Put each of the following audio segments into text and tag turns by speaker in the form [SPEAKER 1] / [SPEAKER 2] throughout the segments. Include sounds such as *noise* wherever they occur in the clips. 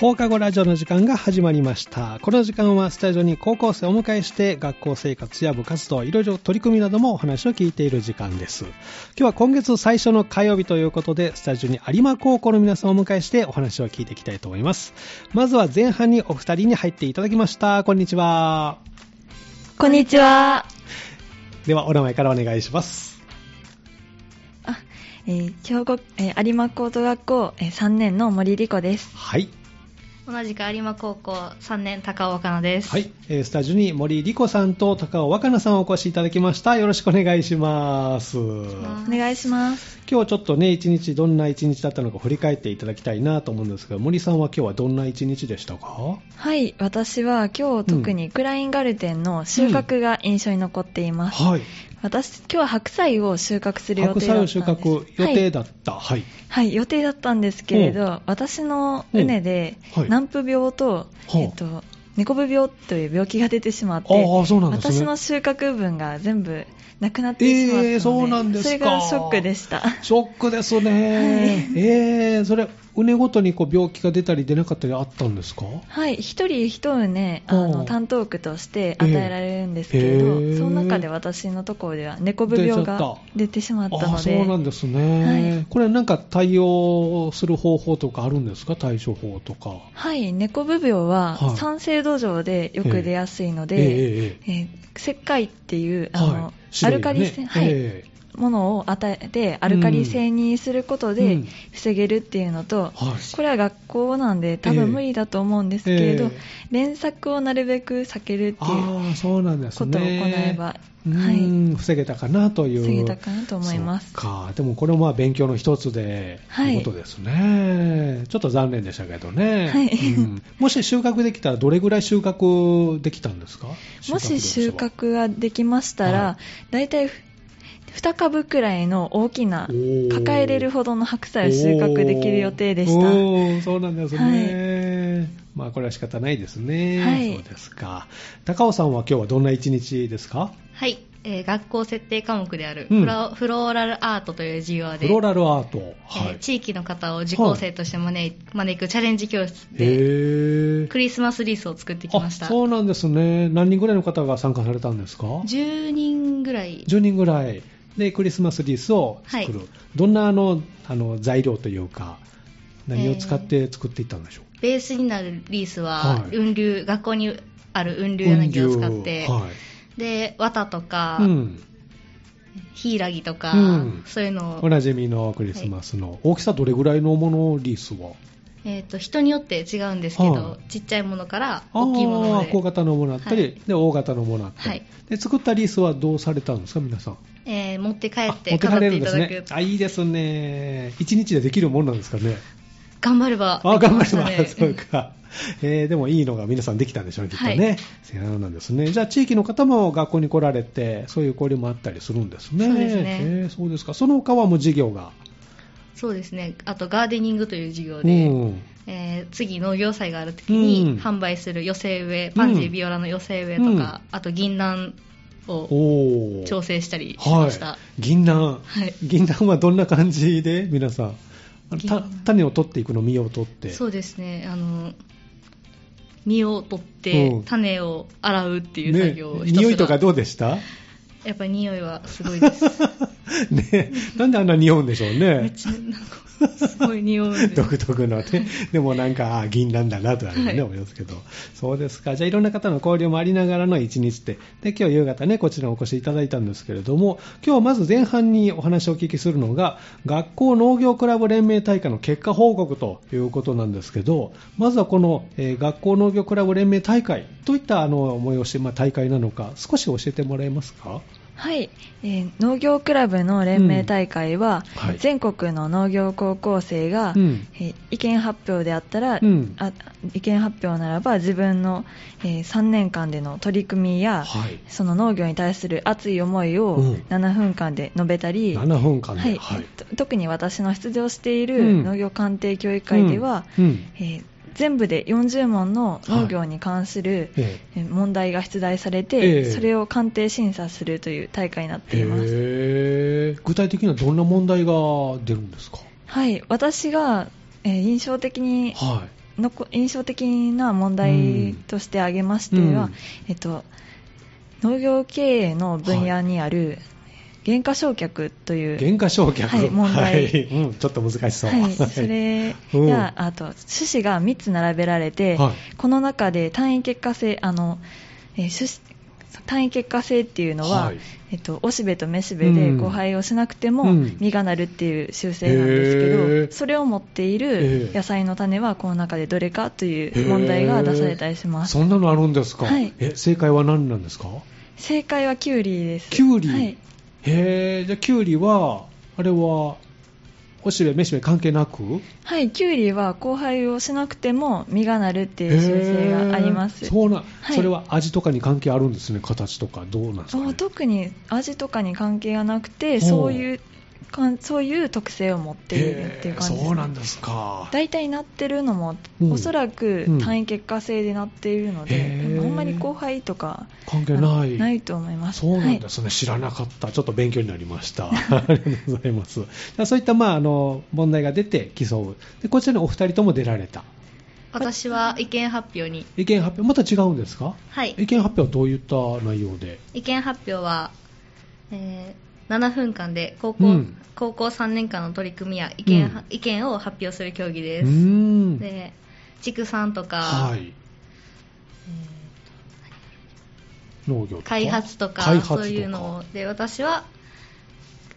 [SPEAKER 1] 放課後ラジオの時間が始まりました。この時間はスタジオに高校生をお迎えして学校生活や部活動、いろいろ取り組みなどもお話を聞いている時間です。今日は今月最初の火曜日ということで、スタジオに有馬高校の皆さんをお迎えしてお話を聞いていきたいと思います。まずは前半にお二人に入っていただきました。こんにちは。
[SPEAKER 2] こんにちは。
[SPEAKER 1] では、お名前からお願いします。
[SPEAKER 2] あ、えー兵庫、えー有馬高等学校、えー3年の森莉子です。
[SPEAKER 1] はい。
[SPEAKER 3] 同じく有馬高校3年高尾若菜です。
[SPEAKER 1] はい、えースタジオに森莉子さんと高尾若菜さんをお越しいただきました。よろしくお願いします。
[SPEAKER 3] ま
[SPEAKER 2] お願いします。
[SPEAKER 1] 今日ちょっとね、一日、どんな一日だったのか振り返っていただきたいなと思うんですが、森さんは今日はどんな一日でしたか
[SPEAKER 2] はい、私は今日特にクラインガルテンの収穫が印象に残っています。
[SPEAKER 1] はい。
[SPEAKER 2] 私、今日は白菜を収穫する予
[SPEAKER 1] 白
[SPEAKER 2] 定
[SPEAKER 1] 菜
[SPEAKER 2] だった
[SPEAKER 1] を
[SPEAKER 2] んです。
[SPEAKER 1] 収穫予定
[SPEAKER 2] はい。
[SPEAKER 1] だった。はい。
[SPEAKER 2] はい予定だったんですけれ
[SPEAKER 1] う
[SPEAKER 2] ど、私の畝で
[SPEAKER 1] うんはい、
[SPEAKER 2] 軟腐病と、
[SPEAKER 1] ほう
[SPEAKER 2] えっと、猫部病という病気が出てしまって、
[SPEAKER 1] ああ、そうなんですね。
[SPEAKER 2] 私の収穫分が全部なくなってしまったので、
[SPEAKER 1] えーそうなんですか
[SPEAKER 2] それがショックでした。
[SPEAKER 1] ショックですね。えー、それ、うねごとにこう病気が出たり出なかったりあったんですか
[SPEAKER 2] はい、一人一畝あ
[SPEAKER 1] おう
[SPEAKER 2] の担当区として与えられるんですけれど、
[SPEAKER 1] ええ
[SPEAKER 2] その中で私のところでは猫部病が出てしまった
[SPEAKER 1] あ
[SPEAKER 2] の
[SPEAKER 1] あ、そう
[SPEAKER 2] で
[SPEAKER 1] なんですね。
[SPEAKER 2] はい
[SPEAKER 1] これなんか対応する方法とかあるんですか対処法とか。
[SPEAKER 2] はい、猫部病は
[SPEAKER 1] はい
[SPEAKER 2] 酸性土壌でよく出やすいの
[SPEAKER 1] ええ
[SPEAKER 2] で、
[SPEAKER 1] えええ
[SPEAKER 2] えー石灰っていう
[SPEAKER 1] え
[SPEAKER 2] あの、
[SPEAKER 1] はい
[SPEAKER 2] ア
[SPEAKER 1] 種類
[SPEAKER 2] ル
[SPEAKER 1] が
[SPEAKER 2] カ
[SPEAKER 1] ね
[SPEAKER 2] リ性、はい
[SPEAKER 1] ええ
[SPEAKER 2] ものを与えてアルカリ性にすること
[SPEAKER 1] う
[SPEAKER 2] で
[SPEAKER 1] ん
[SPEAKER 2] 防げるっていうのと、
[SPEAKER 1] はい
[SPEAKER 2] これは学校なんで多
[SPEAKER 1] ええ
[SPEAKER 2] 分無理だと思うんですけれど、
[SPEAKER 1] ええ
[SPEAKER 2] 連作をなるべく避けるっていう
[SPEAKER 1] ああ、そうなんですね。
[SPEAKER 2] ことを行えば、
[SPEAKER 1] う
[SPEAKER 2] はい
[SPEAKER 1] ーん、防げたかなという。
[SPEAKER 2] 防げたかなと思います
[SPEAKER 1] そうか。でもこれもまあ勉強の一つで、と
[SPEAKER 2] はいいう
[SPEAKER 1] ことですね。ちょっと残念でしたけどね。
[SPEAKER 2] はい
[SPEAKER 1] うんもし収穫できたらどれぐらい収穫できたんですか
[SPEAKER 2] もし収
[SPEAKER 1] 量としては
[SPEAKER 2] 穫ができました
[SPEAKER 1] は
[SPEAKER 2] ら、大体ふ2株くらいの大きな
[SPEAKER 1] おー
[SPEAKER 2] 抱えれるほどの白菜を収穫できる予定でし
[SPEAKER 1] お
[SPEAKER 2] た。
[SPEAKER 1] ーそうなんですね。まあこれは仕方ないですね。
[SPEAKER 2] はい
[SPEAKER 1] そうですか。高尾さんは今日はどんな一日ですか
[SPEAKER 3] はいえー学校設定科目である
[SPEAKER 1] うん
[SPEAKER 3] フロ,、フローラルアートという授業で、
[SPEAKER 1] フローラルアート。は
[SPEAKER 3] えー
[SPEAKER 1] い。
[SPEAKER 3] 地域の方を受講生として招い招くチャレンジ教室
[SPEAKER 1] へ
[SPEAKER 3] で、
[SPEAKER 1] ー
[SPEAKER 3] クリスマスリースを作ってきました
[SPEAKER 1] あ。そうなんですね。何人ぐらいの方が参加されたんですか
[SPEAKER 3] 10人ぐらい、
[SPEAKER 1] ?10 人ぐらい。で、クリスマスリースを作る。
[SPEAKER 3] は
[SPEAKER 1] どんなあのあの材料というか、何を使って作っていったんでしょう、
[SPEAKER 3] ベースになるリースは、
[SPEAKER 1] はい
[SPEAKER 3] 雲流、学校にある雲流柳を使って、
[SPEAKER 1] は
[SPEAKER 3] で、綿とか、
[SPEAKER 1] い。うん。
[SPEAKER 3] ヒイラギとか、
[SPEAKER 1] うん
[SPEAKER 3] そういうの
[SPEAKER 1] お
[SPEAKER 3] を、
[SPEAKER 1] なじみのクリスマスの、大きさどれぐらいのものリースは
[SPEAKER 3] えーと人によって違うんですけど、
[SPEAKER 1] は
[SPEAKER 3] ちっちゃいものから
[SPEAKER 1] あ
[SPEAKER 3] 大きいものま
[SPEAKER 1] ー
[SPEAKER 3] で
[SPEAKER 1] 小型のものあったり、
[SPEAKER 3] はい
[SPEAKER 1] で、大型のものあったり、
[SPEAKER 3] はい
[SPEAKER 1] で、作ったリースはどうされたんですか、皆さん。
[SPEAKER 3] えー持って帰
[SPEAKER 1] あ持
[SPEAKER 3] っ
[SPEAKER 1] ってて
[SPEAKER 3] 飾
[SPEAKER 1] か
[SPEAKER 3] っ
[SPEAKER 1] れるん
[SPEAKER 3] てい
[SPEAKER 1] で
[SPEAKER 3] た
[SPEAKER 1] す
[SPEAKER 3] だ
[SPEAKER 1] ね
[SPEAKER 3] く。
[SPEAKER 1] あ、いいですね。1日でできるもんなんですかね。
[SPEAKER 3] 頑張れば
[SPEAKER 1] あ、頑張
[SPEAKER 3] で
[SPEAKER 1] り
[SPEAKER 3] きま
[SPEAKER 1] ま
[SPEAKER 3] し
[SPEAKER 1] す。
[SPEAKER 3] た
[SPEAKER 1] そ
[SPEAKER 3] ね
[SPEAKER 1] うか。えーでもいいのが皆さんできたんでしょうね、きっと
[SPEAKER 3] は
[SPEAKER 1] ね。そうなんですね。じゃあ、地域の方も学校に来られて、そういう交流もあったりするんですね。
[SPEAKER 3] そうですね
[SPEAKER 1] えーそうですか。その他はもう授業が。
[SPEAKER 3] そうですねあとガーデニングという授業
[SPEAKER 1] う
[SPEAKER 3] で、
[SPEAKER 1] ん。
[SPEAKER 3] えー次農業祭がある時
[SPEAKER 1] うん
[SPEAKER 3] に販売する寄せ植え、パンジービオラの寄せ植えとか、
[SPEAKER 1] うん
[SPEAKER 3] あと銀杏を
[SPEAKER 1] おー
[SPEAKER 3] 調整したりしました、
[SPEAKER 1] はい。銀杏。
[SPEAKER 3] はい
[SPEAKER 1] 銀杏はどんな感じで、皆さん。あの
[SPEAKER 3] 銀
[SPEAKER 1] た
[SPEAKER 3] 杏
[SPEAKER 1] 種を取っていくの、実を取って。
[SPEAKER 3] そうですねあの実を取って、
[SPEAKER 1] うん
[SPEAKER 3] 種を洗うっていう作
[SPEAKER 1] ね
[SPEAKER 3] 業を、ひたすら、
[SPEAKER 1] 匂いとかどうでした
[SPEAKER 3] やっぱり匂いはすごいです *laughs*
[SPEAKER 1] ねなんであんな匂うんでしょうね。
[SPEAKER 3] めっちゃなんかすごい匂うん
[SPEAKER 1] *laughs*
[SPEAKER 2] *laughs*
[SPEAKER 3] で
[SPEAKER 1] 独特のね、でもなんか、あ銀なんだなとはね、
[SPEAKER 3] はい
[SPEAKER 1] 思いますけど、そうですか、じゃあ、いろんな方の交流もありながらの一日で、で今日夕方ね、こちらお越しいただいたんですけれども、今日まず前半にお話をお聞きするのが、学校農業クラブ連盟大会の結果報告ということなんですけど、まずはこの、えー学校農業クラブ連盟大会といったあの催し、まあ、大会なのか、少し教えてもらえますか。
[SPEAKER 2] はい、えー農業クラブの連盟大会は、
[SPEAKER 1] うんはい
[SPEAKER 2] 全国の農業高校生が、
[SPEAKER 1] うん
[SPEAKER 2] えー意見発表であったら、
[SPEAKER 1] うん
[SPEAKER 2] あ意見発表ならば自分の、え3年間での取り組みや、
[SPEAKER 1] はい
[SPEAKER 2] その農業に対する熱い思いを
[SPEAKER 1] うん
[SPEAKER 2] 7分間で述べたり、
[SPEAKER 1] 7分間で、
[SPEAKER 2] はいと特に私の出場している農業鑑定教育会では、
[SPEAKER 1] うんうん
[SPEAKER 2] えー全部で40問の農業に関する、
[SPEAKER 1] ええ
[SPEAKER 2] えー問題が出題され
[SPEAKER 1] え
[SPEAKER 2] て、
[SPEAKER 1] え
[SPEAKER 2] それを鑑定審査するという大会になっています、
[SPEAKER 1] へー具体的にはどんな問題が出るんですか
[SPEAKER 2] はい、私が、えー印象的に
[SPEAKER 1] は
[SPEAKER 2] のこ印象的な問題として挙げましては、
[SPEAKER 1] うん
[SPEAKER 2] えっと、農業経営の分野にある減価償却という、
[SPEAKER 1] 減価償却、
[SPEAKER 2] はい問題
[SPEAKER 1] はいうん、ちょっと難しそう、
[SPEAKER 2] はい、それ
[SPEAKER 1] うん
[SPEAKER 2] や、あと種子が3つ並べられて、
[SPEAKER 1] は
[SPEAKER 2] この中で単位結果性あの、えー種子単位結果性っていうのは、
[SPEAKER 1] はい
[SPEAKER 2] えっと、おしべとめしべで
[SPEAKER 1] うん
[SPEAKER 2] 交配をしなくて
[SPEAKER 1] う
[SPEAKER 2] も
[SPEAKER 1] ん
[SPEAKER 2] 実がなるっていう習性なんですけど、
[SPEAKER 1] へー
[SPEAKER 2] それを持ってい
[SPEAKER 1] え
[SPEAKER 2] る
[SPEAKER 1] え
[SPEAKER 2] 野菜の種はこの中でどれかとい
[SPEAKER 1] へー
[SPEAKER 2] う問題が出されたりします
[SPEAKER 1] そんなのあるんですか、
[SPEAKER 2] はい
[SPEAKER 1] え正解は何なんですか
[SPEAKER 2] 正解はキュウリです
[SPEAKER 1] キュウリ、
[SPEAKER 2] はい、
[SPEAKER 1] へえじゃあキュウリはあれはおしべめしべ関係なく
[SPEAKER 2] はい、キュウリは交配をしなくても実がなるっていう習性があります
[SPEAKER 1] へーそうな、
[SPEAKER 2] はい
[SPEAKER 1] それは味とかに関係あるんですね形とかどうなんですか、ね
[SPEAKER 2] あ、特に味とかに関係がなくて
[SPEAKER 1] ほう
[SPEAKER 2] そういうかんそういう特性を持っているっていう感じ
[SPEAKER 1] へー
[SPEAKER 2] です、
[SPEAKER 1] そうなん
[SPEAKER 2] だ
[SPEAKER 1] ですか
[SPEAKER 2] 大体なってるのも、
[SPEAKER 1] うん
[SPEAKER 2] おそらく
[SPEAKER 1] うん
[SPEAKER 2] 単位結果制でなっているので、
[SPEAKER 1] へー
[SPEAKER 2] あんまり後輩とか
[SPEAKER 1] 関係ない
[SPEAKER 2] あのないと思います
[SPEAKER 1] そうなん
[SPEAKER 2] は
[SPEAKER 1] で
[SPEAKER 2] い
[SPEAKER 1] すね、知らなかった、ちょっと勉強になりました、 *laughs* ありがとうございます、そういった、まあ、あの問題が出て競うで、こちらのお二人とも出られた、
[SPEAKER 3] 私は意見発表に、
[SPEAKER 1] 意見発表、また違うんですか、
[SPEAKER 3] はい、
[SPEAKER 1] 意見発表はどういった内容で、
[SPEAKER 3] 意見発表は、えー7分間で高校,、
[SPEAKER 1] うん
[SPEAKER 3] 高校3年間の取り組みや意見,、
[SPEAKER 1] うん
[SPEAKER 3] 意見を発表する競技
[SPEAKER 1] う
[SPEAKER 3] で
[SPEAKER 1] ー
[SPEAKER 3] す、
[SPEAKER 1] ん、
[SPEAKER 3] で畜産とか、
[SPEAKER 1] はい、農業とか
[SPEAKER 3] 開発とか
[SPEAKER 1] 開発
[SPEAKER 3] そういうのをで私は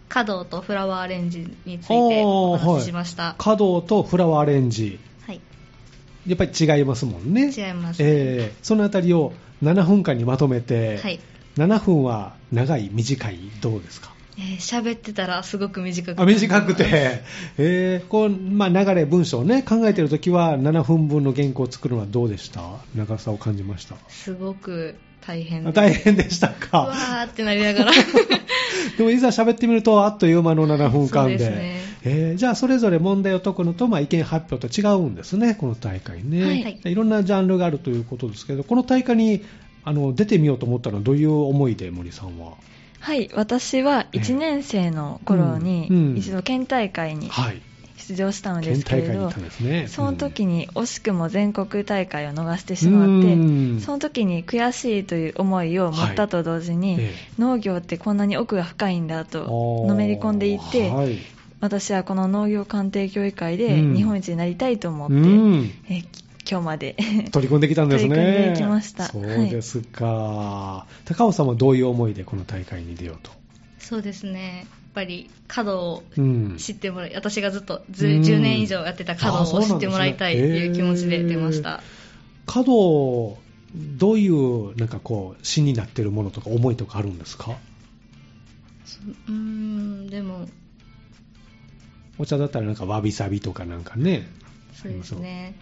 [SPEAKER 3] 華道とフラワーアレンジについ
[SPEAKER 1] あ
[SPEAKER 3] て
[SPEAKER 1] ー
[SPEAKER 3] お話しし
[SPEAKER 1] は
[SPEAKER 3] ま
[SPEAKER 1] い
[SPEAKER 3] した、
[SPEAKER 1] 華道とフラワーアレンジ、
[SPEAKER 3] はい
[SPEAKER 1] やっぱり違いますもんね、
[SPEAKER 3] 違います
[SPEAKER 1] えーそのあたりを7分間にまとめて、
[SPEAKER 3] はい
[SPEAKER 1] 7分は長い、短い、どうですか
[SPEAKER 3] えー喋、ってたらすごく短く
[SPEAKER 1] あ短くて、 *laughs* えーこうまあ、流れ、文章を、ね、考えているときは7分分の原稿を作るのはどうでした長さを感じました
[SPEAKER 3] すごく大変
[SPEAKER 1] あ
[SPEAKER 3] で
[SPEAKER 1] 大変でした
[SPEAKER 3] う
[SPEAKER 1] か
[SPEAKER 3] わーってなり
[SPEAKER 1] *laughs*
[SPEAKER 3] ながら
[SPEAKER 1] でもいざ喋ってみるとあっという間の7分間で
[SPEAKER 3] そうですね
[SPEAKER 1] えーじゃあそれぞれ問題を解くのと、まあ、意見発表と違うんですねこの大会ね、
[SPEAKER 2] はい
[SPEAKER 1] い、ろんなジャンルがあるということですけどこの大会にあの出てみようと思ったのはどういう思いで森さんは、
[SPEAKER 2] はい、私は1年生の頃
[SPEAKER 1] ええうんう
[SPEAKER 2] に
[SPEAKER 1] ん
[SPEAKER 2] 一度県大会に
[SPEAKER 1] はい、
[SPEAKER 2] 出場したので
[SPEAKER 1] 県
[SPEAKER 2] すけ
[SPEAKER 1] 大
[SPEAKER 2] れ
[SPEAKER 1] 会に行
[SPEAKER 2] ど
[SPEAKER 1] ったんですね
[SPEAKER 2] その時
[SPEAKER 1] に
[SPEAKER 2] に惜しくも全国大会を逃してしまって、その時に悔しいという思いを持ったと同時に、
[SPEAKER 1] ええ
[SPEAKER 2] 農業ってこんなに奥が深いんだと
[SPEAKER 1] おー
[SPEAKER 2] のめり込んでいって、
[SPEAKER 1] はい
[SPEAKER 2] 私はこの農業鑑定協議会で
[SPEAKER 1] うん
[SPEAKER 2] 日本一になりたいと思って、
[SPEAKER 1] うん、
[SPEAKER 2] えき今日まで *laughs*
[SPEAKER 1] 取り組んできたんですね
[SPEAKER 2] 取り組んできました
[SPEAKER 1] そうですか、高尾さんはどういう思いでこの大会に出ようと、
[SPEAKER 3] そうですねやっぱり華道を
[SPEAKER 1] うん
[SPEAKER 3] 知ってもらい私がずっとず
[SPEAKER 1] うん
[SPEAKER 3] 10年以上やってた華
[SPEAKER 1] あー
[SPEAKER 3] 道
[SPEAKER 1] そう
[SPEAKER 3] を
[SPEAKER 1] なんです
[SPEAKER 3] 知
[SPEAKER 1] ね
[SPEAKER 3] ってもらいたいっていう気持ちで出ました、
[SPEAKER 1] 華道どういうなんかこう詩になってるものとか思いとかあるんですか
[SPEAKER 3] うーんでも
[SPEAKER 1] お茶だったらなんかわびさびとかなんかね
[SPEAKER 3] そうですね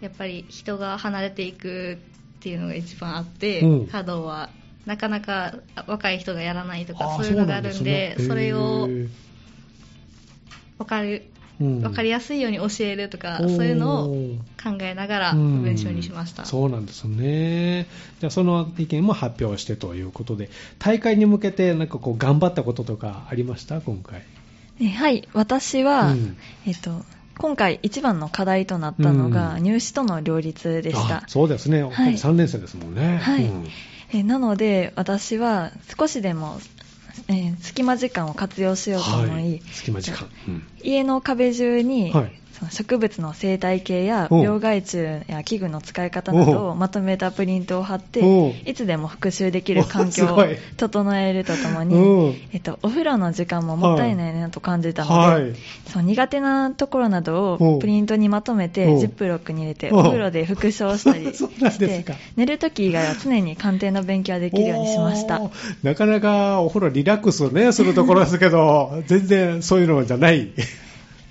[SPEAKER 3] やっぱり人が離れていくっていうのが一番あって、
[SPEAKER 1] うん
[SPEAKER 3] 華道はなかなか若い人がやらないと
[SPEAKER 1] あ
[SPEAKER 3] か
[SPEAKER 1] ー
[SPEAKER 3] そういうのがあるんで
[SPEAKER 1] そ
[SPEAKER 3] そ
[SPEAKER 1] うなん
[SPEAKER 3] れを
[SPEAKER 1] へー
[SPEAKER 3] 分かる
[SPEAKER 1] うん
[SPEAKER 3] 分かりやすいように教えるとか、そういうの
[SPEAKER 1] お
[SPEAKER 3] を
[SPEAKER 1] ー
[SPEAKER 3] 考えながら
[SPEAKER 1] うん
[SPEAKER 3] 文章にしました、
[SPEAKER 1] そうなんですね。じゃあその意見も発表してということで、大会に向けてなんかこう頑張ったこととかありました今回。
[SPEAKER 2] えはい私は、
[SPEAKER 1] うん
[SPEAKER 2] えっと、今回一番の課題となったのが
[SPEAKER 1] うん
[SPEAKER 2] 入試との両立でした
[SPEAKER 1] あ、そうですね。
[SPEAKER 2] い
[SPEAKER 1] 3年生ですもんね。
[SPEAKER 2] はい
[SPEAKER 1] うん
[SPEAKER 2] えなので私は少しでも、えー隙間時間を活用しようと思、
[SPEAKER 1] はい隙間時間。うん
[SPEAKER 2] 家の壁中に、
[SPEAKER 1] はい
[SPEAKER 2] その植物の生態系や
[SPEAKER 1] おう
[SPEAKER 2] 病害虫や器具の使い方など
[SPEAKER 1] おう
[SPEAKER 2] をまとめたプリントを貼って
[SPEAKER 1] おう
[SPEAKER 2] いつでも復習できる環境
[SPEAKER 1] おすご
[SPEAKER 2] を
[SPEAKER 1] い
[SPEAKER 2] 整えるととも
[SPEAKER 1] う
[SPEAKER 2] に
[SPEAKER 1] ん、
[SPEAKER 2] えっと、お風呂の時間ももったいないなと感じたので、
[SPEAKER 1] はい
[SPEAKER 2] その苦手なところなど
[SPEAKER 1] お
[SPEAKER 2] を
[SPEAKER 1] う
[SPEAKER 2] プリントにまとめて
[SPEAKER 1] おう
[SPEAKER 2] ジップロックに入れて
[SPEAKER 1] おう
[SPEAKER 2] お風呂で復唱した
[SPEAKER 1] *laughs*
[SPEAKER 2] り
[SPEAKER 1] そうなん
[SPEAKER 2] し
[SPEAKER 1] です
[SPEAKER 2] て
[SPEAKER 1] か
[SPEAKER 2] 寝るとき以外は常に鑑定の勉強ができるようにしました
[SPEAKER 1] お。ーなかなかお風呂リラックスね、するところですけど、 *laughs* 全然そういうのじゃない。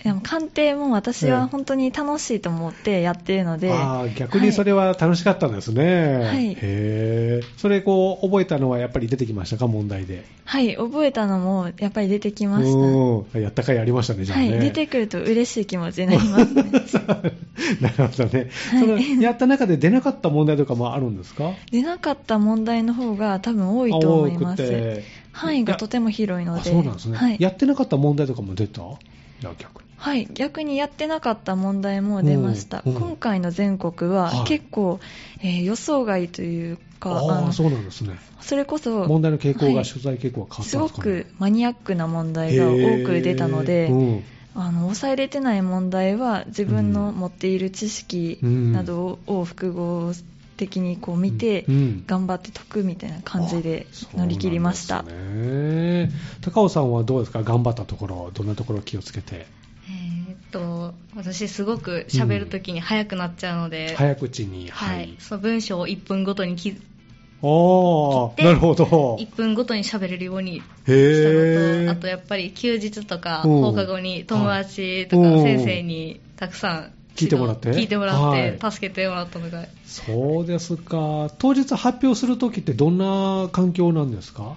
[SPEAKER 2] でも鑑定も私は本当に楽しいと思ってやっているので、
[SPEAKER 1] あー逆にそれは楽しかったんですね。
[SPEAKER 2] はい
[SPEAKER 1] へーそれこう覚えたのはやっぱり出てきましたか問題で。
[SPEAKER 2] はい、覚えたのもやっぱり出てきました。
[SPEAKER 1] うんやったかいありましたね、じゃあ
[SPEAKER 2] は
[SPEAKER 1] ね。
[SPEAKER 2] い、出てくると嬉しい気持ちになりますね。
[SPEAKER 1] *laughs* なるほどね、
[SPEAKER 2] はい
[SPEAKER 1] そのやった中で出なかった問題とかもあるんですか
[SPEAKER 2] 出なかった問題の方が多分多いと思いま
[SPEAKER 1] 多く
[SPEAKER 2] す。
[SPEAKER 1] て
[SPEAKER 2] 範囲がとても広いの
[SPEAKER 1] あ
[SPEAKER 2] で。
[SPEAKER 1] そうなんですね、
[SPEAKER 2] はい。
[SPEAKER 1] やってなかった問題とかも出たじゃあ逆に
[SPEAKER 2] はい、逆にやってなかった問題も出ました、
[SPEAKER 1] うんうん
[SPEAKER 2] 今回の全国
[SPEAKER 1] は
[SPEAKER 2] はい結構、えー予想外というか、あ
[SPEAKER 1] あ
[SPEAKER 2] の
[SPEAKER 1] あ、そうなんですね。
[SPEAKER 2] それこそ
[SPEAKER 1] 問題の傾向が、
[SPEAKER 2] はい
[SPEAKER 1] 取材傾向が変わっ
[SPEAKER 2] す
[SPEAKER 1] たん
[SPEAKER 2] ご
[SPEAKER 1] ですか、ね
[SPEAKER 2] く、マニアックな問題が多く出たので、
[SPEAKER 1] へーうん
[SPEAKER 2] あの抑えれてない問題は自分の持っている知識などを複合的にこう見て、
[SPEAKER 1] うん
[SPEAKER 2] 頑張って解くみたいな感じで乗り切りました、
[SPEAKER 1] あそうなんですね高尾さんはどうですか頑張ったところどんなところを気をつけて
[SPEAKER 3] えーっと私すごく喋るときに早くなっちゃうので、
[SPEAKER 1] 早口に
[SPEAKER 3] は
[SPEAKER 1] はいい、
[SPEAKER 3] その文章を1分ごとにき
[SPEAKER 1] おー
[SPEAKER 3] 切って
[SPEAKER 1] なるほど
[SPEAKER 3] 1分ごとに喋れるよう
[SPEAKER 1] へ
[SPEAKER 3] にしたの
[SPEAKER 1] え
[SPEAKER 3] とあとやっぱり休日とか
[SPEAKER 1] うん
[SPEAKER 3] 放課後に友達とか
[SPEAKER 1] はい
[SPEAKER 3] 先生にたくさん
[SPEAKER 1] 聞いてもらって
[SPEAKER 3] 聞いてもらって
[SPEAKER 1] は
[SPEAKER 3] 助けてもらったのが
[SPEAKER 1] そうですか当日発表するときってどんな環境なんですか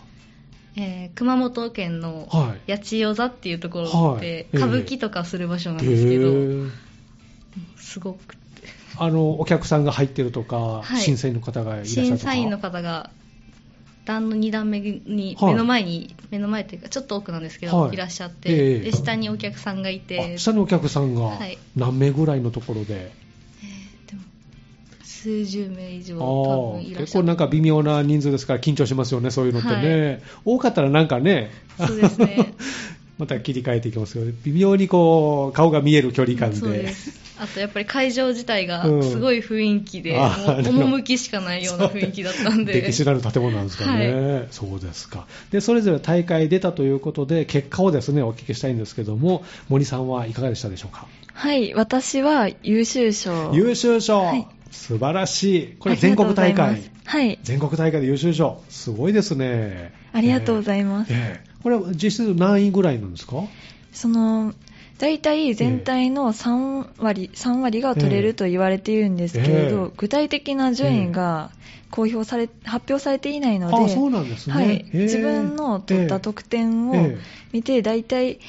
[SPEAKER 3] えー熊本県の
[SPEAKER 1] はい
[SPEAKER 3] 八千代座っていうところで
[SPEAKER 1] はい
[SPEAKER 3] 歌舞伎とかする場所なんですけど、
[SPEAKER 1] へえ
[SPEAKER 3] すごくて
[SPEAKER 1] あのお客さんが入ってるとか、
[SPEAKER 3] はい
[SPEAKER 1] 審査員の方がいらっしゃるとか
[SPEAKER 3] 審査員の方が段の2段目に
[SPEAKER 1] はい
[SPEAKER 3] 目の前に、目の前というかちょっと奥なんですけど、
[SPEAKER 1] はい
[SPEAKER 3] い、らっしゃって、
[SPEAKER 1] ええ
[SPEAKER 3] で下にお客さんがいて
[SPEAKER 1] あ下にお客さんが
[SPEAKER 3] はい
[SPEAKER 1] 何名ぐらいのところで、
[SPEAKER 3] でも数十名以上
[SPEAKER 1] あ
[SPEAKER 3] 多
[SPEAKER 1] あ
[SPEAKER 3] 分いらっ
[SPEAKER 1] 結
[SPEAKER 3] しゃ
[SPEAKER 1] 構
[SPEAKER 3] る
[SPEAKER 1] なんか微妙な人数ですから緊張しますよね、そういうのってね、多かったらなんかね、
[SPEAKER 3] そうですね
[SPEAKER 1] また切り替えていきますよね、微妙にこう顔が見える距離感 *laughs* で、
[SPEAKER 3] そうですあとやっぱり会場自体がすごい雰囲気で、
[SPEAKER 1] うんあ
[SPEAKER 3] も
[SPEAKER 1] な
[SPEAKER 3] う
[SPEAKER 1] るほど
[SPEAKER 3] 趣しかないような雰囲気だったんで
[SPEAKER 1] 歴史のある建物なんですからね、そうですかで、それぞれ大会出たということで、結果をですねお聞きしたいんですけども、森さんはいかがでしたでしょうか。
[SPEAKER 2] はい私は優秀賞
[SPEAKER 1] 優秀賞、
[SPEAKER 2] はい
[SPEAKER 1] 素晴らしい、こ
[SPEAKER 2] あ
[SPEAKER 1] れ
[SPEAKER 2] りが
[SPEAKER 1] 全
[SPEAKER 2] とう
[SPEAKER 1] 国
[SPEAKER 2] ござ
[SPEAKER 1] 大
[SPEAKER 2] います
[SPEAKER 1] 会。
[SPEAKER 2] はい
[SPEAKER 1] 全国大会で優秀賞、すごいですね。
[SPEAKER 2] ありがとうございます
[SPEAKER 1] ええええこれは実質何位ぐらいなんですか
[SPEAKER 2] その大体全体の3割 ,3 割が取れると言われているんですけれど、
[SPEAKER 1] ええ
[SPEAKER 2] 具体的な順位が公表され発表されていないので
[SPEAKER 1] あそうなんですね、
[SPEAKER 2] はい、
[SPEAKER 1] ええ
[SPEAKER 2] 自分の取った得点を
[SPEAKER 1] ええ
[SPEAKER 2] 見て、大体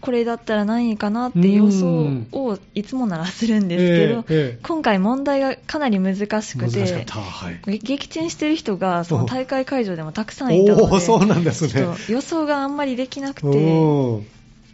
[SPEAKER 2] これだったら何位かなって予想をいつもならするんですけど、
[SPEAKER 1] ええええ
[SPEAKER 2] 今回、問題がかなり難しく
[SPEAKER 1] 難しかってた、。はい、
[SPEAKER 2] げ撃沈してる人がそ
[SPEAKER 1] お
[SPEAKER 2] の
[SPEAKER 1] う
[SPEAKER 2] 大会会場でもたくさんいたの
[SPEAKER 1] おお
[SPEAKER 2] で
[SPEAKER 1] そうなんです
[SPEAKER 2] ち
[SPEAKER 1] ね
[SPEAKER 2] ょっ。と予想があんまりできなくて
[SPEAKER 1] うん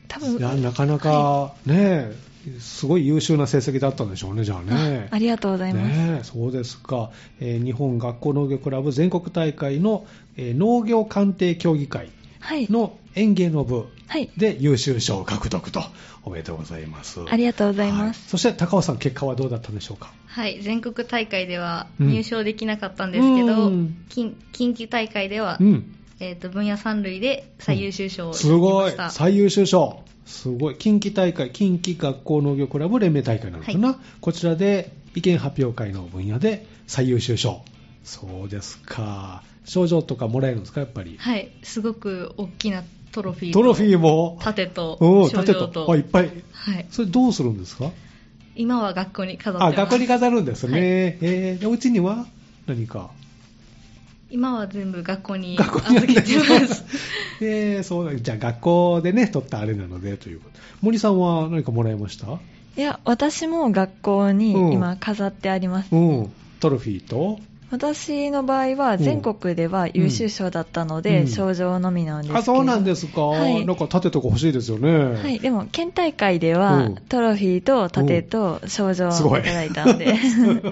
[SPEAKER 2] 多分
[SPEAKER 1] いやなかなかね、すごい優秀な成績だったんでしょうね、じゃあね。
[SPEAKER 2] あありがとうございます、
[SPEAKER 1] ねえ、そうですか、えー日本学校農業クラブ全国大会の、えー農業鑑定協議会
[SPEAKER 2] はい、
[SPEAKER 1] の園芸の部
[SPEAKER 2] はい、
[SPEAKER 1] で優秀賞を獲得と、おめでとうございます。
[SPEAKER 2] ありがとうご
[SPEAKER 1] と
[SPEAKER 2] ざいます、
[SPEAKER 1] そして高尾さん、結果はどうだったんでしょうか。
[SPEAKER 3] はい、全国大会では
[SPEAKER 1] うん
[SPEAKER 3] 入賞できなかったんですけど、
[SPEAKER 1] うん
[SPEAKER 3] 近近畿大会では、
[SPEAKER 1] うん、
[SPEAKER 3] えー、と分野三類で最優秀賞をい
[SPEAKER 1] すごい
[SPEAKER 3] ただきました、
[SPEAKER 1] 最優秀賞すごい近畿大会近畿学校農業クラブ連盟大会なのかな、こちらで意見発表会の分野で最優秀賞そうですか賞状とかもらえるんですかやっぱり、
[SPEAKER 3] はい、すごく大きなトロフィーと
[SPEAKER 1] トロフィーも
[SPEAKER 3] 盾と
[SPEAKER 1] うん
[SPEAKER 3] 賞
[SPEAKER 1] 盾
[SPEAKER 3] 状
[SPEAKER 1] と
[SPEAKER 3] と、
[SPEAKER 1] あいっぱい
[SPEAKER 3] はい、
[SPEAKER 1] それどうするんですか
[SPEAKER 3] 今は学校に飾ってま
[SPEAKER 1] あ
[SPEAKER 3] す
[SPEAKER 1] 学校に飾るんです
[SPEAKER 3] はい
[SPEAKER 1] ね、えーでお家には何か
[SPEAKER 3] 今は全部学校に
[SPEAKER 1] 学校にあ
[SPEAKER 3] 預
[SPEAKER 1] るん
[SPEAKER 3] け
[SPEAKER 1] で
[SPEAKER 3] て
[SPEAKER 1] すか
[SPEAKER 3] ます *laughs*
[SPEAKER 1] *laughs* えーそうだじゃあ学校でね取ったあれなのでということ森さんは何かもらいました
[SPEAKER 2] いや私も学校
[SPEAKER 1] うん
[SPEAKER 2] に今飾ってあります、
[SPEAKER 1] うんトロフィーと
[SPEAKER 2] 私の場合は全国では優秀賞だったの
[SPEAKER 1] う
[SPEAKER 2] で
[SPEAKER 1] ん
[SPEAKER 2] 賞状のみなんですけど、
[SPEAKER 1] あそうなんですか、
[SPEAKER 2] はい
[SPEAKER 1] なんか盾とか欲しいですよね、
[SPEAKER 2] はい、でも県大会で
[SPEAKER 1] う
[SPEAKER 2] は
[SPEAKER 1] ん
[SPEAKER 2] トロフィーと盾と賞状
[SPEAKER 1] すご
[SPEAKER 2] を
[SPEAKER 1] い
[SPEAKER 2] いただいた
[SPEAKER 1] *laughs*
[SPEAKER 2] ので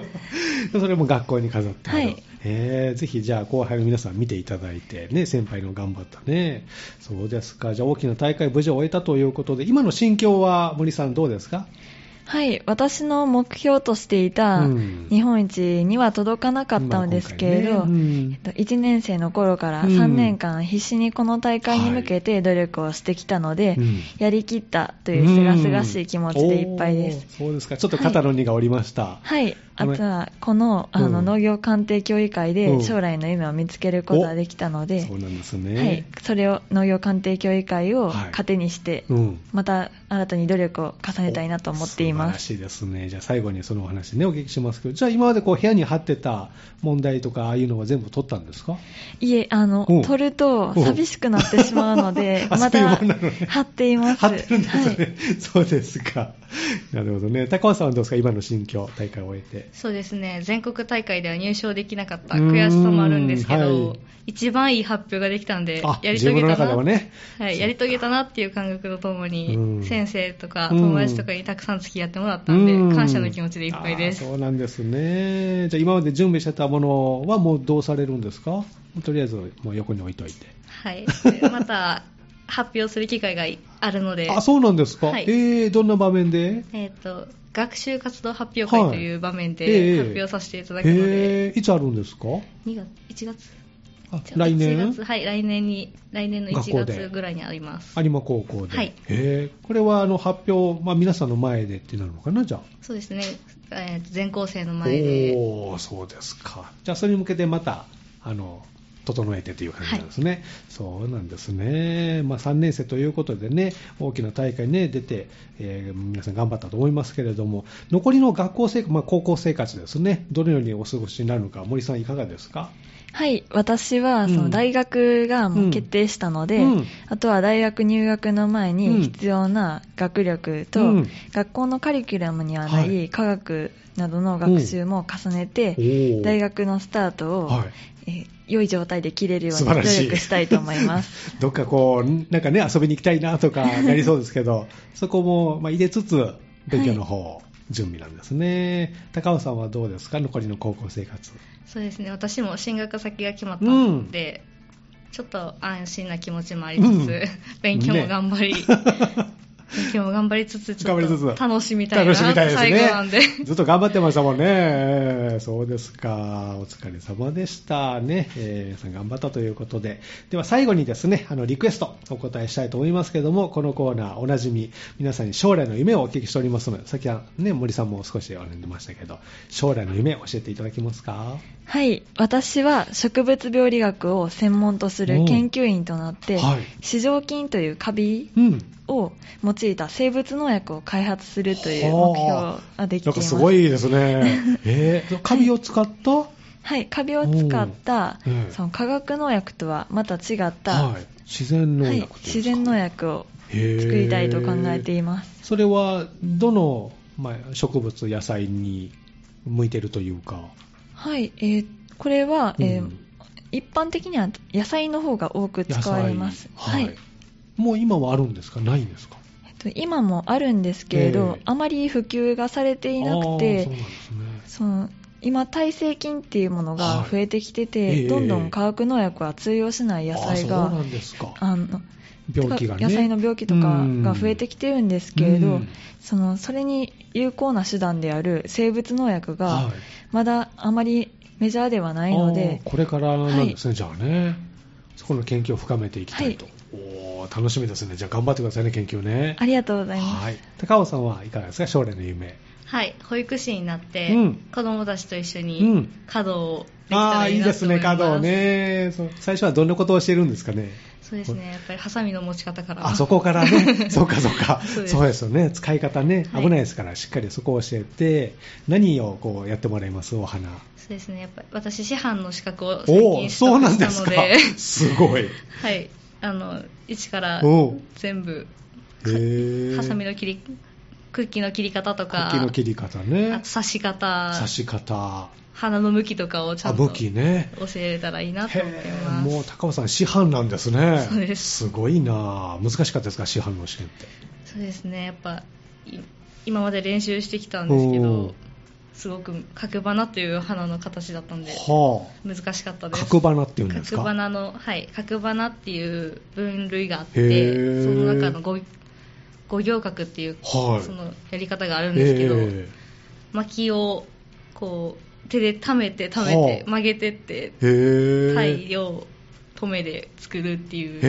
[SPEAKER 1] *laughs* それも学校に飾ってある、
[SPEAKER 2] はい
[SPEAKER 1] えーぜひじゃあ後輩の皆さん見ていただいて、ね、先輩の頑張ったね、そうですか、じゃあ大きな大会、無事終えたということで、今の心境は森さん、どうですか、
[SPEAKER 2] *laughs* はい私の目標としていた
[SPEAKER 1] うん
[SPEAKER 2] 日本一には届かなかったんですけれど、
[SPEAKER 1] まあ今回ね
[SPEAKER 2] えっと1年生の頃から
[SPEAKER 1] うん
[SPEAKER 2] 3年間必死にこの大会に向けて努力をしてきたので、
[SPEAKER 1] うん
[SPEAKER 2] やりきったというすがすがしい気持ちでいっぱいです、
[SPEAKER 1] うんおーそうですか、ちょっと肩の荷が下りました、
[SPEAKER 2] はい、
[SPEAKER 1] あ
[SPEAKER 2] あ
[SPEAKER 1] の
[SPEAKER 2] とはこのあの
[SPEAKER 1] うん
[SPEAKER 2] 農業鑑定協議会
[SPEAKER 1] うん
[SPEAKER 2] で将来の夢を見つけることができたので、
[SPEAKER 1] そうなんです
[SPEAKER 2] はい
[SPEAKER 1] ね、、
[SPEAKER 2] それを農業鑑定協議会を
[SPEAKER 1] はい
[SPEAKER 2] 糧にして、
[SPEAKER 1] うん、
[SPEAKER 2] また新たに努力を重ねたいなと思ってい
[SPEAKER 1] 素
[SPEAKER 2] ます。
[SPEAKER 1] 晴らしいですね。じゃあ最後にそのお話ね、お聞きしますけど、じゃあ今までこう部屋に貼ってた問題とか、ああいうのは全部取ったんですか
[SPEAKER 2] いえ、あの
[SPEAKER 1] お、
[SPEAKER 2] 取ると寂しくなってしまうので
[SPEAKER 1] *laughs* あ、
[SPEAKER 2] ま
[SPEAKER 1] そういう
[SPEAKER 2] た
[SPEAKER 1] もんなのね
[SPEAKER 2] 貼っています。
[SPEAKER 1] *laughs* 貼ってるんですね。
[SPEAKER 2] はい
[SPEAKER 1] そうですか。なるほどね。高橋さんはどうですか今の心境、大会を終えて。
[SPEAKER 3] そうですね全国大会では入賞できなかった悔しさもあるんですけ
[SPEAKER 1] うん
[SPEAKER 3] ど、
[SPEAKER 1] はい
[SPEAKER 3] 一番いい発表ができたので
[SPEAKER 1] あ、
[SPEAKER 3] やり
[SPEAKER 1] 自
[SPEAKER 3] 遂げ
[SPEAKER 1] 分の
[SPEAKER 3] たな
[SPEAKER 1] 中ではね。
[SPEAKER 3] はい、やり遂げたなっていう感覚とともに、
[SPEAKER 1] うん
[SPEAKER 3] 先生とか
[SPEAKER 1] うん
[SPEAKER 3] 友達とかにたくさん付き合ってもらったんで、
[SPEAKER 1] うん
[SPEAKER 3] 感謝の気持ちでいっぱいです
[SPEAKER 1] あーそうなんですね。じゃあ今まで準備してたものはもうどうされるんですかとりあえずもう横に置いといて。
[SPEAKER 3] はい、また発表する機会があるので
[SPEAKER 1] あ、そうなんですか、
[SPEAKER 3] はい
[SPEAKER 1] えー、どんな場面で
[SPEAKER 3] えー、と学習活動発表会という場面
[SPEAKER 1] はいええ
[SPEAKER 3] で発表させていただくので、
[SPEAKER 1] えー、いつあるんですか
[SPEAKER 3] 2月1月
[SPEAKER 1] あ来
[SPEAKER 3] 1
[SPEAKER 1] 年
[SPEAKER 3] 月はい来年に来年の
[SPEAKER 1] 学校
[SPEAKER 3] 1
[SPEAKER 1] で
[SPEAKER 3] 月ぐらいにあります
[SPEAKER 1] 有馬高校で、
[SPEAKER 3] はい
[SPEAKER 1] えーこれはあの発表、まあ、皆さんの前でってなるのかな、じゃあ。
[SPEAKER 3] そうですね、えーと全校生の前で
[SPEAKER 1] おーそうですか。じゃあ、それに向けてまた、あの、整えてという感じなんですね。そうなんですね。まあ、3年生ということでね、大きな大会に、ね、出て、えー皆さん頑張ったと思いますけれども、残りの学校生活、まあ、高校生活ですね、どのようにお過ごしになるのか、森さんいかがですか
[SPEAKER 2] はい、私はそ
[SPEAKER 1] うん
[SPEAKER 2] の大学がもう決定したので、
[SPEAKER 1] うん
[SPEAKER 2] あとは大学入学の前
[SPEAKER 1] うん
[SPEAKER 2] に必要な学力と、
[SPEAKER 1] うん
[SPEAKER 2] 学校のカリキュラムにはな
[SPEAKER 1] はい
[SPEAKER 2] い科学などの学習も重ねて、
[SPEAKER 1] 大
[SPEAKER 2] 大学のスタートを、
[SPEAKER 1] はい
[SPEAKER 2] えー良い状態で切れるよう
[SPEAKER 1] 素
[SPEAKER 2] に
[SPEAKER 1] 晴
[SPEAKER 2] 努
[SPEAKER 1] らしい
[SPEAKER 2] 力したいと思いま
[SPEAKER 1] *laughs*
[SPEAKER 2] す。
[SPEAKER 1] どっかこう、なんかね、遊びに行きたいなとかなりそうですけど、そこも、まあ、入れつつ、勉強の方、準備なんですね。高尾さんはどうですか残りの高校生活。
[SPEAKER 3] そうですね私も進学先が決まったので、ちょっと安心な気持ちもありつつ、
[SPEAKER 1] うん
[SPEAKER 3] 勉強
[SPEAKER 1] ね
[SPEAKER 3] も頑張
[SPEAKER 1] *laughs*
[SPEAKER 3] り、勉強も頑張りつつちょ
[SPEAKER 1] 頑張りつ
[SPEAKER 3] っ
[SPEAKER 1] つ
[SPEAKER 3] と楽しみたいな
[SPEAKER 1] 楽しみたいです
[SPEAKER 3] 最後なんで
[SPEAKER 1] ね。ずっと頑張ってましたもんね。えーそうですか。お疲れ様でしたね。えー皆さん頑張ったということで。では最後にですね、あの、リクエストお答えしたいと思いますけども、このコーナーおなじみ、皆さんに将来の夢をお聞きしておりますので、さっきはね、森さんも少し言われてましたけど、将来の夢教えていただけますか
[SPEAKER 2] はい、私は植物病理学を専門とす
[SPEAKER 1] お
[SPEAKER 2] る
[SPEAKER 1] う
[SPEAKER 2] 研究員となって、
[SPEAKER 1] はい
[SPEAKER 2] 糸状菌というカビ
[SPEAKER 1] うん。
[SPEAKER 2] を用いた生物農薬を開発するという目標ができてい
[SPEAKER 1] なん
[SPEAKER 2] ま
[SPEAKER 1] か
[SPEAKER 2] す。
[SPEAKER 1] すごいですね。え
[SPEAKER 2] *laughs*
[SPEAKER 1] ー、カビを使った、
[SPEAKER 2] はい、カビを使った、
[SPEAKER 1] おうええ
[SPEAKER 2] その化学農薬とはまた違った、
[SPEAKER 1] はい。自然農
[SPEAKER 2] はい
[SPEAKER 1] 薬っていうんですか
[SPEAKER 2] 自然農薬を
[SPEAKER 1] へー
[SPEAKER 2] 作りたいと考えています。
[SPEAKER 1] それはどの、まあ、植物野菜に向いてるというか、
[SPEAKER 2] はい、えーこれは、えー
[SPEAKER 1] うん
[SPEAKER 2] 一般的には野菜の方が多く使われます。
[SPEAKER 1] はいもう今はあるんですかないんですか
[SPEAKER 2] えっと今もあるんですけれど、
[SPEAKER 1] ええ
[SPEAKER 2] あまり普及がされていなく
[SPEAKER 1] あーそうなん
[SPEAKER 2] て
[SPEAKER 1] ですね
[SPEAKER 2] その今耐性菌っていうもの
[SPEAKER 1] は
[SPEAKER 2] が
[SPEAKER 1] い
[SPEAKER 2] 増えてきてて、
[SPEAKER 1] ええ
[SPEAKER 2] どんどん化学農薬は通用しない野菜
[SPEAKER 1] あーそう
[SPEAKER 2] が
[SPEAKER 1] なんですか
[SPEAKER 2] あの
[SPEAKER 1] 病気がね
[SPEAKER 2] 野菜の病気とかが増えてきてるんですけれど、
[SPEAKER 1] うん
[SPEAKER 2] そのそれに有効な手段である生物農薬
[SPEAKER 1] は
[SPEAKER 2] がまだあまりメジャーではないので
[SPEAKER 1] あー、これからなんですね、じゃあねそこの研究を深めていきたいと、
[SPEAKER 2] は
[SPEAKER 1] おー楽しみですねじゃあ頑張ってくださいね研究ね
[SPEAKER 2] ありがとうございます。
[SPEAKER 1] はい高尾さんはいかがですか将来の夢
[SPEAKER 3] はい、保育士になって、
[SPEAKER 1] うん
[SPEAKER 3] 子供たちと一緒
[SPEAKER 1] う
[SPEAKER 3] に
[SPEAKER 1] ん
[SPEAKER 3] 華道をできた
[SPEAKER 1] あ
[SPEAKER 3] ら
[SPEAKER 1] あー
[SPEAKER 3] い
[SPEAKER 1] い
[SPEAKER 3] い
[SPEAKER 1] い
[SPEAKER 3] な
[SPEAKER 1] で
[SPEAKER 3] と
[SPEAKER 1] す
[SPEAKER 3] 思い
[SPEAKER 1] ね
[SPEAKER 3] ま
[SPEAKER 1] 華
[SPEAKER 3] す、
[SPEAKER 1] 道ねそう最初はどんなことをしているんですかね
[SPEAKER 3] そうですね、やっぱりハサミの持ち方から。
[SPEAKER 1] あそこから
[SPEAKER 3] *laughs*
[SPEAKER 1] ね、そうかそうか、
[SPEAKER 3] そうです
[SPEAKER 1] そうですよね、使い方ね、
[SPEAKER 3] はい
[SPEAKER 1] 危ないですから、しっかりそこを教えて、何をこうやってもらいます、お花。
[SPEAKER 3] そうですね、やっぱり私、師範の資格を最
[SPEAKER 1] お
[SPEAKER 3] 近
[SPEAKER 1] お、
[SPEAKER 3] 取
[SPEAKER 1] そうな
[SPEAKER 3] 得
[SPEAKER 1] ん
[SPEAKER 3] し
[SPEAKER 1] で
[SPEAKER 3] た
[SPEAKER 1] す
[SPEAKER 3] の
[SPEAKER 1] か
[SPEAKER 3] で、、
[SPEAKER 1] すごい。へ
[SPEAKER 3] *laughs* はい、あの、一から
[SPEAKER 1] おう
[SPEAKER 3] 全部、
[SPEAKER 1] え
[SPEAKER 3] ハサミの切り、クッキーの切り方とか、
[SPEAKER 1] 茎の切り方
[SPEAKER 3] あ
[SPEAKER 1] ね
[SPEAKER 3] と、刺し方、
[SPEAKER 1] 刺し方、
[SPEAKER 3] 花の向きとかをちゃ
[SPEAKER 1] あ、
[SPEAKER 3] んと
[SPEAKER 1] 武
[SPEAKER 3] 教
[SPEAKER 1] 器ね。
[SPEAKER 3] えたらいいなと思って
[SPEAKER 1] へー
[SPEAKER 3] ます。
[SPEAKER 1] もう高尾さん、師範なんですね。
[SPEAKER 3] そうです
[SPEAKER 1] ごいな難しかったですか、師範の試験って。
[SPEAKER 3] そうですね、やっぱ、い今まで練習してきたんですけ
[SPEAKER 1] おー
[SPEAKER 3] ど、すごく角花という花の形だったんで、
[SPEAKER 1] は
[SPEAKER 3] 難しかった
[SPEAKER 1] あ、
[SPEAKER 3] です。
[SPEAKER 1] 角花っていうんです
[SPEAKER 3] 角
[SPEAKER 1] か。
[SPEAKER 3] 花の、はい、角花っていう分類があっ
[SPEAKER 1] へ
[SPEAKER 3] て、
[SPEAKER 1] ー
[SPEAKER 3] その中の五五行角っていう、
[SPEAKER 1] はい
[SPEAKER 3] そのやり方があるんですけど、
[SPEAKER 1] え
[SPEAKER 3] 薪をこう手で溜めて溜め
[SPEAKER 1] は
[SPEAKER 3] て
[SPEAKER 1] あ
[SPEAKER 3] 曲げてって
[SPEAKER 1] えへえ
[SPEAKER 3] 太陽止めで作るっていう
[SPEAKER 1] へ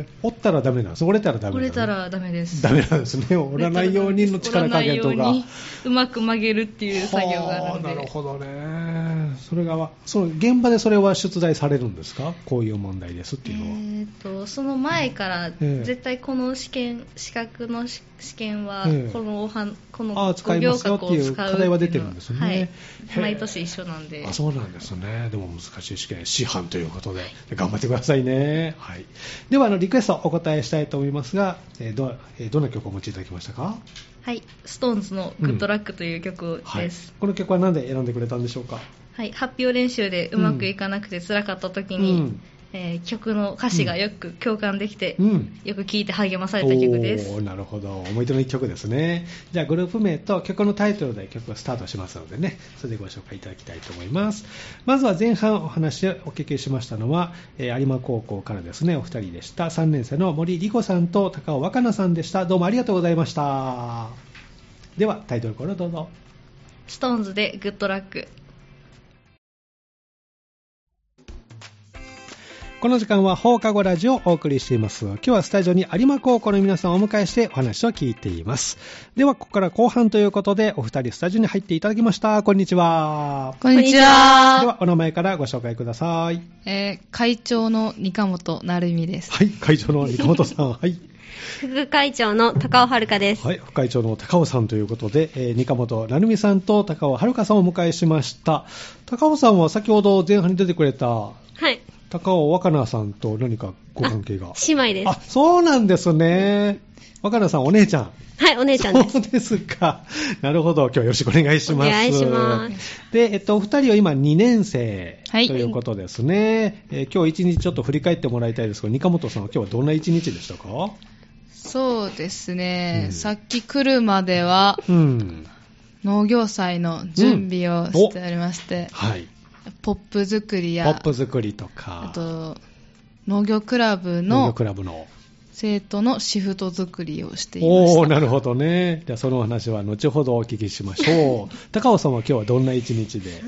[SPEAKER 1] え。折ったらダメなんです。折れたらダメなの
[SPEAKER 3] 折れたらダメです
[SPEAKER 1] ダメなんですね。折らないようにの力加減と
[SPEAKER 3] 折らないよう
[SPEAKER 1] か
[SPEAKER 3] に。うまく曲げるっていう作業があるんで
[SPEAKER 1] はなるほどね。それがその現場でそれは出題されるんですかこういう問題ですって
[SPEAKER 3] え
[SPEAKER 1] いうのは、
[SPEAKER 3] ー、とその前から
[SPEAKER 1] え
[SPEAKER 3] 絶対この試験資格のし試験は
[SPEAKER 1] ええ
[SPEAKER 3] このおはこの
[SPEAKER 1] ああ使
[SPEAKER 3] 5
[SPEAKER 1] いま
[SPEAKER 3] 秒
[SPEAKER 1] すよ
[SPEAKER 3] 格
[SPEAKER 1] って
[SPEAKER 3] を
[SPEAKER 1] いう
[SPEAKER 3] 使う
[SPEAKER 1] 課題は出てるんですね
[SPEAKER 3] は
[SPEAKER 1] へ
[SPEAKER 3] い
[SPEAKER 1] え、
[SPEAKER 3] 毎年一緒なんで
[SPEAKER 1] あそうなんですねでも難しい試験師範ということで頑張ってくださいね、はい、ではあのリクエストお答えしたいと思いますが、えーどえーどんな曲をお持ちいただきましたか、
[SPEAKER 3] はい、ストーンズの「グッドラック」という曲
[SPEAKER 1] はい
[SPEAKER 3] です、、
[SPEAKER 1] この曲は何で選んでくれたんでしょうか
[SPEAKER 3] はい発表練習でうまくいかなくて辛かった時に、
[SPEAKER 1] うん
[SPEAKER 3] えー曲の歌詞がよく共感できて、
[SPEAKER 1] うん
[SPEAKER 3] よく聴いて励まされた曲です
[SPEAKER 1] おーなるほど思い出の一曲ですねじゃあグループ名と曲のタイトルで曲がスタートしますのでねそれでご紹介いただきたいと思いますまずは前半お話をお聞きしましたのは、えー有馬高校からですねお二人でした3年生の森理子さんと高尾若菜さんでしたどうもありがとうございましたではタイトルコールどうぞ
[SPEAKER 3] ストーンズでグッドラック
[SPEAKER 1] この時間は放課後ラジオをお送りしています。今日はスタジオに有馬高校の皆さんをお迎えしてお話を聞いています。では、ここから後半ということで、お二人スタジオに入っていただきました。こんにちは。
[SPEAKER 4] こんにち
[SPEAKER 1] で
[SPEAKER 4] は。
[SPEAKER 1] は、お名前からご紹介ください。
[SPEAKER 4] えー会長の二課本成美です。
[SPEAKER 1] はい、会長の三本さん。 *laughs* はい。
[SPEAKER 5] 副会長の高尾遥です。
[SPEAKER 1] はい、副会長の高尾さんということで、えー、三本成美さんと高尾遥さんをお迎えしました。高尾さんは先ほど前半に出てくれた
[SPEAKER 5] はい。
[SPEAKER 1] 高尾若菜さんと何かご関係が。
[SPEAKER 5] 姉妹で
[SPEAKER 1] あ、そうなんですね。若菜さん、お姉ちゃん。
[SPEAKER 5] す。はい、お姉ちゃんです。
[SPEAKER 1] そうですか。なるほど。今日はよろしくお願いします。。
[SPEAKER 5] お願いします
[SPEAKER 1] で、えっと、お二人は今2年生と
[SPEAKER 4] はい
[SPEAKER 1] いうことですね。えー今日一日ちょっと振り返ってもらいたいですけど、二本さんは今日はどんな一日でしたか
[SPEAKER 4] そうですね、
[SPEAKER 1] うん
[SPEAKER 4] さっき来るまでは
[SPEAKER 1] うん。
[SPEAKER 4] 農業祭の準備をしておりまして、
[SPEAKER 1] はい。
[SPEAKER 4] ポップ作り
[SPEAKER 1] ポ
[SPEAKER 4] や、
[SPEAKER 1] ップ作りとか、
[SPEAKER 4] あと農業クラブ
[SPEAKER 1] 農業
[SPEAKER 4] の
[SPEAKER 1] クラブの。
[SPEAKER 4] 生徒のシフト作りをしていま
[SPEAKER 1] おお
[SPEAKER 4] し
[SPEAKER 1] ー
[SPEAKER 4] た。
[SPEAKER 1] なるほどね。じゃあ、そのお話は後ほどお聞きしまし
[SPEAKER 5] *laughs*
[SPEAKER 1] ょう。高尾さんは今日はどんな一日で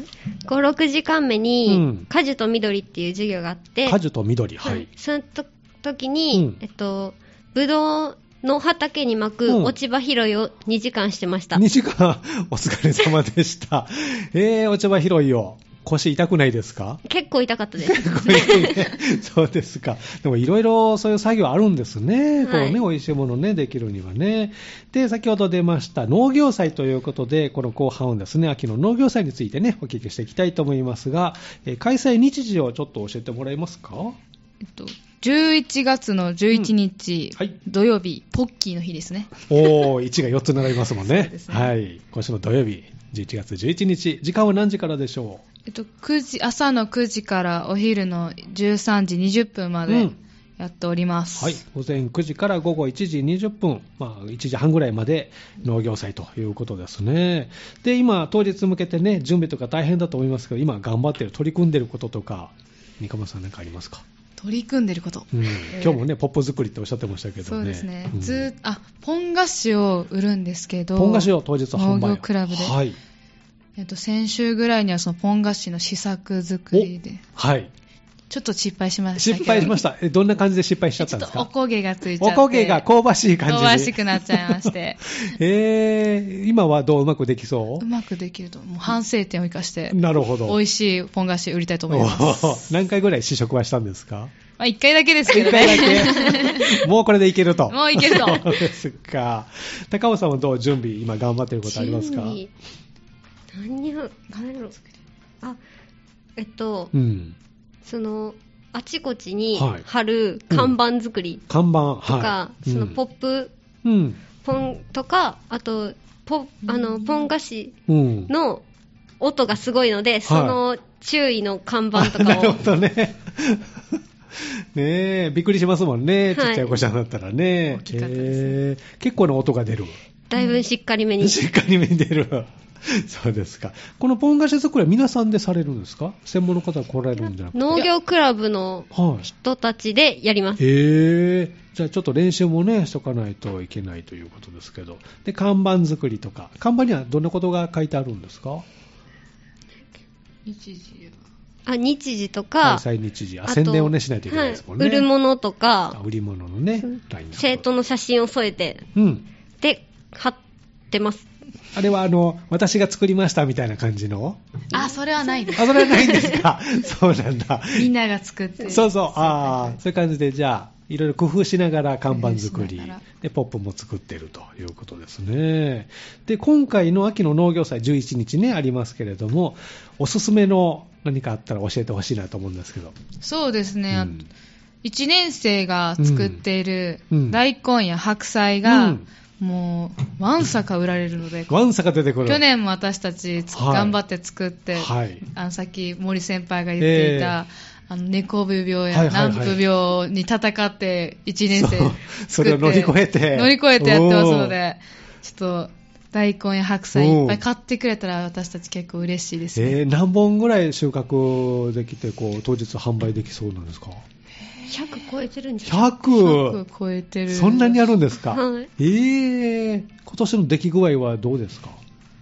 [SPEAKER 5] 5、6時間目
[SPEAKER 1] うん
[SPEAKER 5] に、果樹と緑っていう授業があって、
[SPEAKER 1] 果樹と緑。は
[SPEAKER 5] はいい。。そのと時
[SPEAKER 1] う
[SPEAKER 5] に
[SPEAKER 1] ん、
[SPEAKER 5] えっと、ぶどうの畑に巻
[SPEAKER 1] うん
[SPEAKER 5] く落ち葉拾いを2時間してました。
[SPEAKER 1] 2時間、お疲れ様でした。えー、お茶葉拾いを。腰痛くないです
[SPEAKER 4] *laughs*
[SPEAKER 1] か
[SPEAKER 5] 結構痛かっ
[SPEAKER 1] *laughs*
[SPEAKER 5] たです。
[SPEAKER 1] これねそうですか。でもいろいろそういう作業あるんですね。
[SPEAKER 5] はい
[SPEAKER 1] こうね、美味しいものね、できるにはね。で、先ほど出ました農業祭ということで、この後半をですね、秋の農業祭についてね、お聞きしていきたいと思いますが、えー開催日時をちょっと教えてもらえますか
[SPEAKER 4] えっと11月の11日、
[SPEAKER 1] うんはい
[SPEAKER 4] 土曜日、ポッキーの日ですね。
[SPEAKER 1] おー、1が4つ並びますもんね。
[SPEAKER 4] そうですね
[SPEAKER 1] はい。今週の土曜日、11月11日、時間は何時からでしょう
[SPEAKER 4] えっと、9時、朝の9時からお昼の13時20分ま
[SPEAKER 1] う
[SPEAKER 4] で
[SPEAKER 1] ん
[SPEAKER 4] やっております。
[SPEAKER 1] はい、午前9時から午後1時20分、まあ、1時半ぐらいまで農業祭ということですね。で、今、当日向けてね、準備とか大変だと思いますけど、今、頑張ってる、取り組んでることとか、三鴨さん、なんかありますか、
[SPEAKER 4] 取り組んでること。
[SPEAKER 1] うん、今日もね、ポップ作りっておっしゃってましたけどね。
[SPEAKER 4] そうですね。
[SPEAKER 1] うん
[SPEAKER 4] ずーっあ、ポン菓子を売るんですけど、
[SPEAKER 1] ポン菓子を当日販売。
[SPEAKER 4] 農業クラブで
[SPEAKER 1] はい。
[SPEAKER 4] えっと、先週ぐらいにはそのポン菓子の試作作りで、
[SPEAKER 1] はい。
[SPEAKER 4] ちょっと失敗しましたけど。
[SPEAKER 1] 失敗しました。え、どんな感じで失敗しちゃっ
[SPEAKER 4] ち
[SPEAKER 1] た
[SPEAKER 4] ょ
[SPEAKER 1] んで
[SPEAKER 4] っ
[SPEAKER 1] す
[SPEAKER 4] とお
[SPEAKER 1] か
[SPEAKER 4] 焦げがついちゃ
[SPEAKER 1] お
[SPEAKER 4] って。
[SPEAKER 1] 焦げが香ばしい感じで。
[SPEAKER 4] 香ばしくなっちゃい
[SPEAKER 1] *laughs*
[SPEAKER 4] まして。
[SPEAKER 1] えー、今はどううまくできそう
[SPEAKER 4] うまくできると、もう反省点を生かして、
[SPEAKER 1] なるほど。
[SPEAKER 4] 美味しいポン菓子売りたいと思います。ま
[SPEAKER 1] おー *laughs* 何回ぐらい試食はしたんです
[SPEAKER 4] *laughs*
[SPEAKER 1] か
[SPEAKER 4] あ、一回だけですけ
[SPEAKER 1] 一 *laughs*
[SPEAKER 4] ど
[SPEAKER 1] 回だ
[SPEAKER 4] ね。
[SPEAKER 1] け。もうこれでいけると。
[SPEAKER 4] もういける
[SPEAKER 1] *laughs*
[SPEAKER 4] と。
[SPEAKER 1] そうですか。高尾さんはどう準備、今頑張ってることありますか
[SPEAKER 5] 準備 *laughs* 何を、何やろうあ、えっと、
[SPEAKER 1] うん。
[SPEAKER 5] その、あちこちに
[SPEAKER 1] はい
[SPEAKER 5] 貼る看板作り
[SPEAKER 1] 看板、
[SPEAKER 5] とか
[SPEAKER 1] は、い。
[SPEAKER 5] そのポップ
[SPEAKER 1] プ。うん。
[SPEAKER 5] ポンとか、あと、ポ、あの、ポン菓子
[SPEAKER 1] うん。
[SPEAKER 5] の音がすごいので、その注意の看板と
[SPEAKER 1] あ *laughs* な
[SPEAKER 5] か
[SPEAKER 1] る
[SPEAKER 5] を
[SPEAKER 1] ほ。どね。ねえ、びっくりしますもんね。ち
[SPEAKER 5] はい
[SPEAKER 1] っちゃいお子ちゃんだったらね。
[SPEAKER 4] 大きかったですね
[SPEAKER 1] へえ結構な音が出る。
[SPEAKER 5] だいぶしっかり
[SPEAKER 1] *laughs*
[SPEAKER 5] めに。
[SPEAKER 1] しっかり見てる。そうですか。このポン菓子作りは皆さんでされるんですか専門の方が来られるんじゃなくて。
[SPEAKER 5] 農業クラブの
[SPEAKER 1] はい。
[SPEAKER 5] 人たちでやります。
[SPEAKER 1] へえじゃあちょっと練習もねしとかないといけないということですけどで看板作りとか看板にはどんなことが書いてあるんですか
[SPEAKER 4] 一時
[SPEAKER 5] あ、日時と
[SPEAKER 1] 開
[SPEAKER 5] か、
[SPEAKER 1] 催日時あ
[SPEAKER 5] あと
[SPEAKER 1] 宣伝をねしないといけないですもんね、
[SPEAKER 5] はい売るものと
[SPEAKER 1] あ
[SPEAKER 5] か、
[SPEAKER 1] 売り物のねラインナップ
[SPEAKER 5] 生徒の写真を添えて、
[SPEAKER 1] うん
[SPEAKER 5] で、貼っってます。
[SPEAKER 1] あれはあの、私が作りましたみたいな感じの
[SPEAKER 4] あ、それはないです。
[SPEAKER 1] あ、それはないんですかそうなんだ。
[SPEAKER 4] みんなが作って。
[SPEAKER 1] そうそう、ああ、そういう感じで、じゃあ、いろいろ工夫しながら看板作
[SPEAKER 4] 工夫
[SPEAKER 1] り
[SPEAKER 4] しながら、
[SPEAKER 1] で、ポップも作ってるということですね。で、今回の秋の農業祭11日ね、ありますけれども、おすすめの何かあったら教えてほしいなと思うんですけど。
[SPEAKER 4] そうです
[SPEAKER 1] う
[SPEAKER 4] ね。あと
[SPEAKER 1] ん
[SPEAKER 4] 一年生が作っている
[SPEAKER 1] うん
[SPEAKER 4] 大根や白菜が、
[SPEAKER 1] うん
[SPEAKER 4] もう、わんさか売られるので、
[SPEAKER 1] ワンサが出てくる。
[SPEAKER 4] 去年も私たちつ、
[SPEAKER 1] はい
[SPEAKER 4] 頑張って作って、
[SPEAKER 1] はい。
[SPEAKER 4] あのさっき森先輩が言っていた、あの猫部病や軟腐病に戦って1年生
[SPEAKER 1] そうそれを乗り越えて
[SPEAKER 4] 乗り越えてやってますのでちょっと大根や白菜いっぱい買ってくれたら私たち結構嬉しいですね、
[SPEAKER 1] えー何本ぐらい収穫できて、こう、当日販売できそうなんですか
[SPEAKER 5] 100超えてるんじゃない
[SPEAKER 1] ?100!
[SPEAKER 4] 100超えてる
[SPEAKER 1] そんなにあるんですか、
[SPEAKER 5] はい
[SPEAKER 1] えー、今年の出来具合はどうですか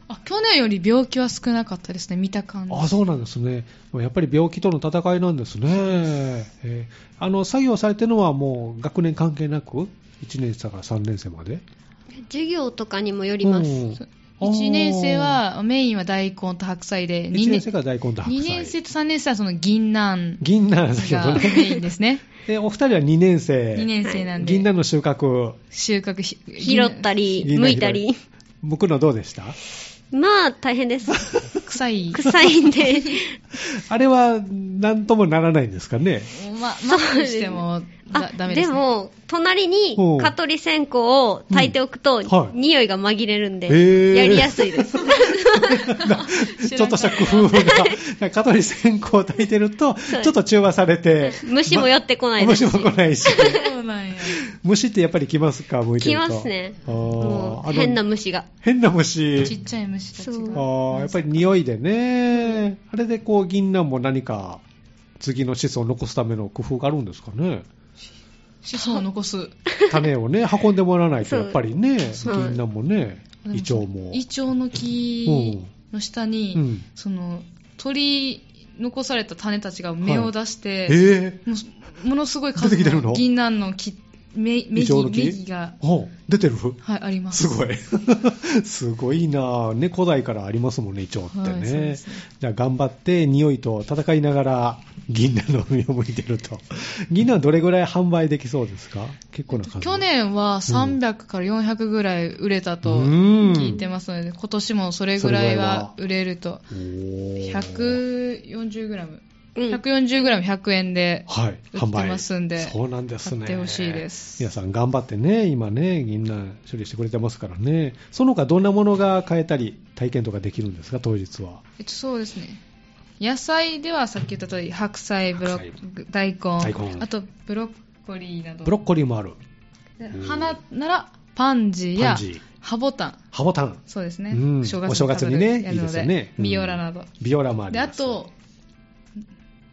[SPEAKER 4] あ去年より病気は少なかったですね見た感じ
[SPEAKER 1] あそうなんですね、やっぱり病気との戦いなんですね、えーあの作業されてるのはもう学年関係なく、1年生から3年生まで
[SPEAKER 5] 授業とかにもよります。
[SPEAKER 4] 1年生、はメインは大根と白菜で
[SPEAKER 1] 1
[SPEAKER 4] 2
[SPEAKER 1] 年
[SPEAKER 4] 年
[SPEAKER 1] 生が大根と白菜、
[SPEAKER 4] 2年生と3年生はその銀杏
[SPEAKER 1] 銀杏先ほ
[SPEAKER 5] *laughs*
[SPEAKER 4] が
[SPEAKER 1] ど
[SPEAKER 4] メ
[SPEAKER 1] ね、
[SPEAKER 4] インですね
[SPEAKER 1] えお二人は2年生、
[SPEAKER 4] 2年生なんで
[SPEAKER 1] 銀杏の収穫、
[SPEAKER 4] 収穫ひ
[SPEAKER 5] 拾ったり、
[SPEAKER 1] いいな
[SPEAKER 5] 剥いたり。
[SPEAKER 1] 剥くのどうでした
[SPEAKER 5] まあ、大変
[SPEAKER 1] *laughs*
[SPEAKER 5] です。
[SPEAKER 4] 臭い。
[SPEAKER 5] 臭いんで。
[SPEAKER 1] あれはなんともならないんですかね。
[SPEAKER 4] ま、まあ、どうしてもだダメです、ね。
[SPEAKER 5] も、隣に
[SPEAKER 1] ほう
[SPEAKER 5] 蚊取り線香を焚いておくと、
[SPEAKER 1] うんはい
[SPEAKER 5] 匂いが紛れるんで、
[SPEAKER 1] へー
[SPEAKER 5] やりやす
[SPEAKER 1] *laughs*
[SPEAKER 5] いです。
[SPEAKER 1] ちょっとした工夫が、 *laughs* 蚊取り線香を焚いてると、ちょっと中和されて、
[SPEAKER 5] 虫も寄ってこないで
[SPEAKER 1] 虫
[SPEAKER 5] す
[SPEAKER 1] も
[SPEAKER 5] し。
[SPEAKER 1] 来ないし。
[SPEAKER 4] そうなんや。
[SPEAKER 1] 虫ってやっぱり来ますか向いて
[SPEAKER 5] 来
[SPEAKER 1] ると
[SPEAKER 5] ますね。
[SPEAKER 1] あー
[SPEAKER 5] も
[SPEAKER 1] あ
[SPEAKER 5] う
[SPEAKER 1] の
[SPEAKER 5] 変な虫が。
[SPEAKER 1] 変な
[SPEAKER 4] ちっ
[SPEAKER 1] 虫
[SPEAKER 4] ちゃい虫たち
[SPEAKER 5] そう
[SPEAKER 1] あ
[SPEAKER 4] が。
[SPEAKER 1] ーやっぱり匂いでねあれでこう銀杏も何か次の子孫を残すための工夫があるんですか
[SPEAKER 5] *laughs*
[SPEAKER 1] ね
[SPEAKER 4] 子孫を残す。
[SPEAKER 1] 種をね運んでもらわないと
[SPEAKER 5] そう
[SPEAKER 1] やっぱりね
[SPEAKER 5] そう
[SPEAKER 1] 銀杏もね胃腸も
[SPEAKER 4] イチョウの木の下に、
[SPEAKER 1] うん
[SPEAKER 4] その、鳥、残された種たちが芽を出して、
[SPEAKER 1] え
[SPEAKER 4] もうすものすごい
[SPEAKER 1] 出てきてるの
[SPEAKER 4] の銀杏の木、芽、
[SPEAKER 1] ー、
[SPEAKER 4] 芽
[SPEAKER 1] 胃腸
[SPEAKER 4] 木
[SPEAKER 1] の
[SPEAKER 4] 芽木
[SPEAKER 1] 木
[SPEAKER 4] が、
[SPEAKER 1] お出てる
[SPEAKER 4] はい、ありま
[SPEAKER 1] す
[SPEAKER 4] す。
[SPEAKER 1] ごい *laughs* すごいなぁね古代からありますもんね胃腸って
[SPEAKER 4] はいそう
[SPEAKER 1] ね,、
[SPEAKER 4] ですね
[SPEAKER 1] じゃあ頑張って匂いと戦いながら銀杏の海を向いてる
[SPEAKER 4] *laughs*
[SPEAKER 1] と銀杏はどれぐらい販売できそうですか結構な数
[SPEAKER 4] 去年は300から400ぐらい売れたと
[SPEAKER 1] うん
[SPEAKER 4] 聞いてますので、今年もそれぐらいは売れると。
[SPEAKER 1] おー
[SPEAKER 4] 140g140g100
[SPEAKER 5] うん。
[SPEAKER 4] 円で、
[SPEAKER 1] はい
[SPEAKER 4] 売
[SPEAKER 1] 販
[SPEAKER 4] って
[SPEAKER 1] 売
[SPEAKER 4] ますんで
[SPEAKER 1] そうなんですね
[SPEAKER 4] 買ってほしいです
[SPEAKER 1] 皆さん頑張ってね今ね銀杏処理してくれてますからねその他どんなものが買えたり体験とかできるんですか当日は
[SPEAKER 4] えっと、そうですね野菜ではさっき言った通り白菜ブロ
[SPEAKER 1] 白
[SPEAKER 4] ッ大根
[SPEAKER 1] 大根
[SPEAKER 4] あとブロッコリーなど
[SPEAKER 1] ブロッコリーもある
[SPEAKER 4] で
[SPEAKER 1] うん
[SPEAKER 4] 花ならパンジーや
[SPEAKER 1] パンジー
[SPEAKER 4] ハボタン
[SPEAKER 1] ハボタン
[SPEAKER 4] そうですね、
[SPEAKER 1] うん
[SPEAKER 4] お正月
[SPEAKER 1] お正月に
[SPEAKER 4] 飾る
[SPEAKER 1] ね
[SPEAKER 4] や
[SPEAKER 1] いい
[SPEAKER 4] る
[SPEAKER 1] で
[SPEAKER 4] の
[SPEAKER 1] す
[SPEAKER 4] で
[SPEAKER 1] よね
[SPEAKER 4] ビオラなど、
[SPEAKER 1] うんビオラもあり
[SPEAKER 4] であ
[SPEAKER 1] ます
[SPEAKER 4] と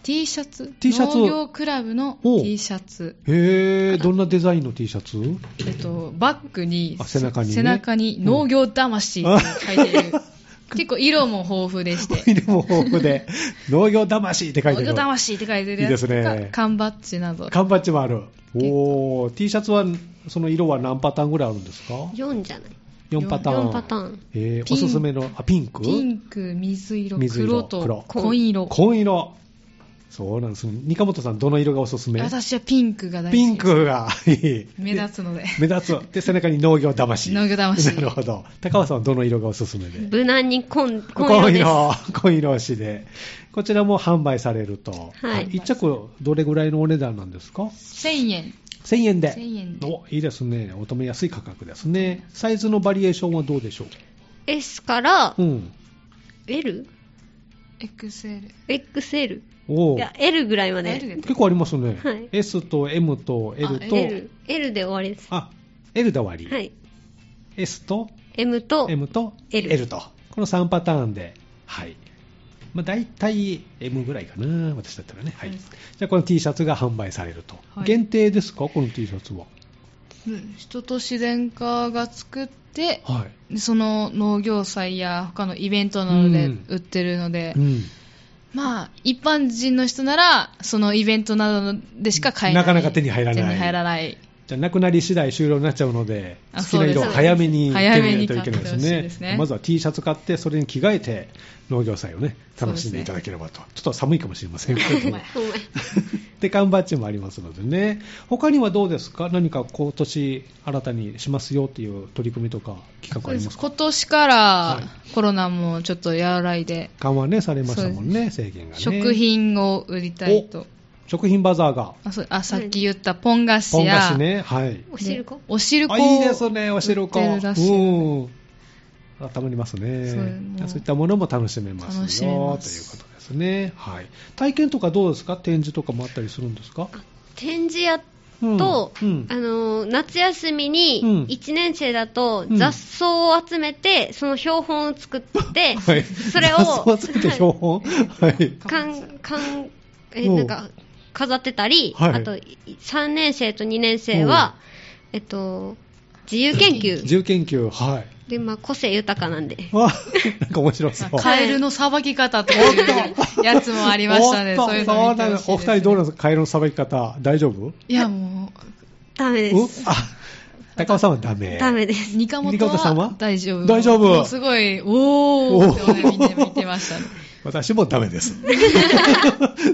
[SPEAKER 4] T シャツ
[SPEAKER 1] T シャツ
[SPEAKER 4] 農業クラブの
[SPEAKER 1] おう
[SPEAKER 4] T シャツ
[SPEAKER 1] へえ、どんなデザインの T シャツ
[SPEAKER 4] えっと、バッグに
[SPEAKER 1] あ背中にね
[SPEAKER 4] 背中に農業魂って書いてる、 *laughs* 結構色も豊富でして
[SPEAKER 1] 色も豊富
[SPEAKER 4] *laughs*
[SPEAKER 1] で、農業魂 *laughs* って書いてある
[SPEAKER 4] 農業。魂って書い
[SPEAKER 1] い
[SPEAKER 4] てる
[SPEAKER 1] いで
[SPEAKER 4] や
[SPEAKER 1] す
[SPEAKER 4] つ
[SPEAKER 1] ね
[SPEAKER 4] が缶バッジなど
[SPEAKER 1] 缶バッジもある。おー、T シャツは、その色は何パターンぐらいあるんですか
[SPEAKER 5] 4じゃない。
[SPEAKER 1] ?4 パターン。
[SPEAKER 5] 4パターン。
[SPEAKER 1] えー、
[SPEAKER 4] ピ
[SPEAKER 1] お
[SPEAKER 4] ンク
[SPEAKER 1] すすめの、あ、ピンク
[SPEAKER 4] ピンク水色
[SPEAKER 1] 水色
[SPEAKER 4] 黒
[SPEAKER 1] 黒
[SPEAKER 4] と紺色
[SPEAKER 1] 紺色。そうなんです。二本さん、どの色がおすすめ
[SPEAKER 4] 私はピンクが大好き
[SPEAKER 1] ピンクが、いい
[SPEAKER 4] 目立つので
[SPEAKER 1] 目立
[SPEAKER 5] *laughs*
[SPEAKER 1] つ。で、背中に農業魂。
[SPEAKER 4] 農業魂
[SPEAKER 1] なるほど。高尾さんはどの色がおすすめで
[SPEAKER 5] *laughs* 無難に紺、紺色
[SPEAKER 1] 紺
[SPEAKER 5] です。
[SPEAKER 1] 色、 *laughs* 紺色押しで。こちらも販売されると。
[SPEAKER 5] はい
[SPEAKER 1] 一着どれぐらいのお値段なんですか
[SPEAKER 4] 1000円
[SPEAKER 1] 1000円で。
[SPEAKER 4] 1000円で
[SPEAKER 1] お、いいですね。お求めやすい価格ですね。サイズのバリエーションはどうでしょ
[SPEAKER 5] S から
[SPEAKER 1] ううん。
[SPEAKER 5] L?XL?
[SPEAKER 4] XL
[SPEAKER 1] おー
[SPEAKER 5] いや、L ぐらいまで。
[SPEAKER 4] L で
[SPEAKER 1] 結構ありますね。
[SPEAKER 5] はい
[SPEAKER 1] S と M と L と、
[SPEAKER 5] L。L で終わりです。
[SPEAKER 1] あ、L で終わり。
[SPEAKER 5] はい。
[SPEAKER 1] S と
[SPEAKER 5] M と、
[SPEAKER 1] M と
[SPEAKER 5] L
[SPEAKER 1] と。この3パターンで。はい。まあ、大体 M ぐらいかな。私だったらね。はい。
[SPEAKER 4] うん
[SPEAKER 1] じゃあ、この T シャツが販売されると。
[SPEAKER 4] はい
[SPEAKER 1] 限定ですかこの T シャツは。
[SPEAKER 4] 人と自然科が作って
[SPEAKER 1] はい。
[SPEAKER 4] その農業祭や他のイベントなどで
[SPEAKER 1] うん
[SPEAKER 4] 売ってるので、
[SPEAKER 1] うん、
[SPEAKER 4] まあ、一般人の人なら、そのイベントなどでしか買えない。
[SPEAKER 1] なかなか手に入らない
[SPEAKER 4] 手に入らない
[SPEAKER 1] じゃあなくなり次第終了になっちゃうので、
[SPEAKER 4] あ
[SPEAKER 1] 好きな色を
[SPEAKER 4] そうです
[SPEAKER 1] 早めに
[SPEAKER 4] 早
[SPEAKER 1] 手
[SPEAKER 4] め
[SPEAKER 1] に入れ
[SPEAKER 4] に
[SPEAKER 1] ないといけないです
[SPEAKER 4] 買ってほしい
[SPEAKER 1] ね。
[SPEAKER 4] ですね
[SPEAKER 1] まずは T シャツ買って、それに着替えて、農業祭をね、
[SPEAKER 4] そう
[SPEAKER 1] 楽
[SPEAKER 4] です
[SPEAKER 1] し
[SPEAKER 4] ね
[SPEAKER 1] んでいただければと。ちょっと寒いかもしれませんけれども。
[SPEAKER 5] ほんまや
[SPEAKER 1] で、缶バッジもありますのでね。他にはどうですか何か今年新たにしますよっていう取り組みとか企画ありますか
[SPEAKER 4] 今年から
[SPEAKER 1] は
[SPEAKER 4] コロナもちょっと和らいで、
[SPEAKER 1] 緩和ね、されましたもんね、制限がね。
[SPEAKER 4] 食。品を売りたいと。
[SPEAKER 1] 食品バザーが。
[SPEAKER 4] あそうあさっき言ったポン菓子
[SPEAKER 1] ポン菓
[SPEAKER 4] や、
[SPEAKER 1] 子ね。はい。
[SPEAKER 5] おしるこ
[SPEAKER 4] お汁粉
[SPEAKER 1] あ
[SPEAKER 4] を
[SPEAKER 1] いいですね、おしるこ。
[SPEAKER 4] 売ってるらしい
[SPEAKER 1] うん。温まりますね。
[SPEAKER 4] そう
[SPEAKER 1] そう
[SPEAKER 4] もう
[SPEAKER 1] いったものも楽しめますよ
[SPEAKER 4] 楽しめます
[SPEAKER 1] ということですね。はい。体験とかどうですか展示とかもあったりするんですか
[SPEAKER 5] 展示や
[SPEAKER 1] うん
[SPEAKER 5] と、
[SPEAKER 1] うん
[SPEAKER 5] あの夏休みに
[SPEAKER 1] うん
[SPEAKER 5] 1年生だと
[SPEAKER 1] うん
[SPEAKER 5] 雑草を集めて、その標本を作っ
[SPEAKER 1] *laughs*
[SPEAKER 5] て、
[SPEAKER 1] はい。
[SPEAKER 5] それを
[SPEAKER 1] そうつけて標本はい。
[SPEAKER 5] *laughs* かんかんえ
[SPEAKER 1] おう
[SPEAKER 5] なんか飾ってたり、
[SPEAKER 1] はい
[SPEAKER 5] あと3年生と2年生は、えっと、自由研究
[SPEAKER 1] 自由研究。はい。
[SPEAKER 5] で、まあ、個性豊かなんで、
[SPEAKER 1] わ、なんか面白
[SPEAKER 4] *laughs*
[SPEAKER 1] そう。
[SPEAKER 4] カエルのさばき方とかいうやつもありましたね。
[SPEAKER 1] おっと
[SPEAKER 4] そういう
[SPEAKER 1] そう
[SPEAKER 4] の
[SPEAKER 1] な
[SPEAKER 4] 見て
[SPEAKER 1] んだ
[SPEAKER 4] ほしいです
[SPEAKER 1] お二人どうなんですかカエルのさばき方、大丈夫
[SPEAKER 4] いやも
[SPEAKER 5] ダメで
[SPEAKER 1] う
[SPEAKER 5] す。
[SPEAKER 1] あ、高尾さんはダメ。
[SPEAKER 5] ダ。メです。
[SPEAKER 4] う、ニカモ
[SPEAKER 1] ニカモ
[SPEAKER 4] ト
[SPEAKER 1] トさんは
[SPEAKER 4] は大丈夫。
[SPEAKER 1] 大丈夫
[SPEAKER 4] もうすごい、おーって
[SPEAKER 1] おー
[SPEAKER 4] 見て見てましたね。
[SPEAKER 1] 私もダメ
[SPEAKER 4] *laughs*
[SPEAKER 1] です。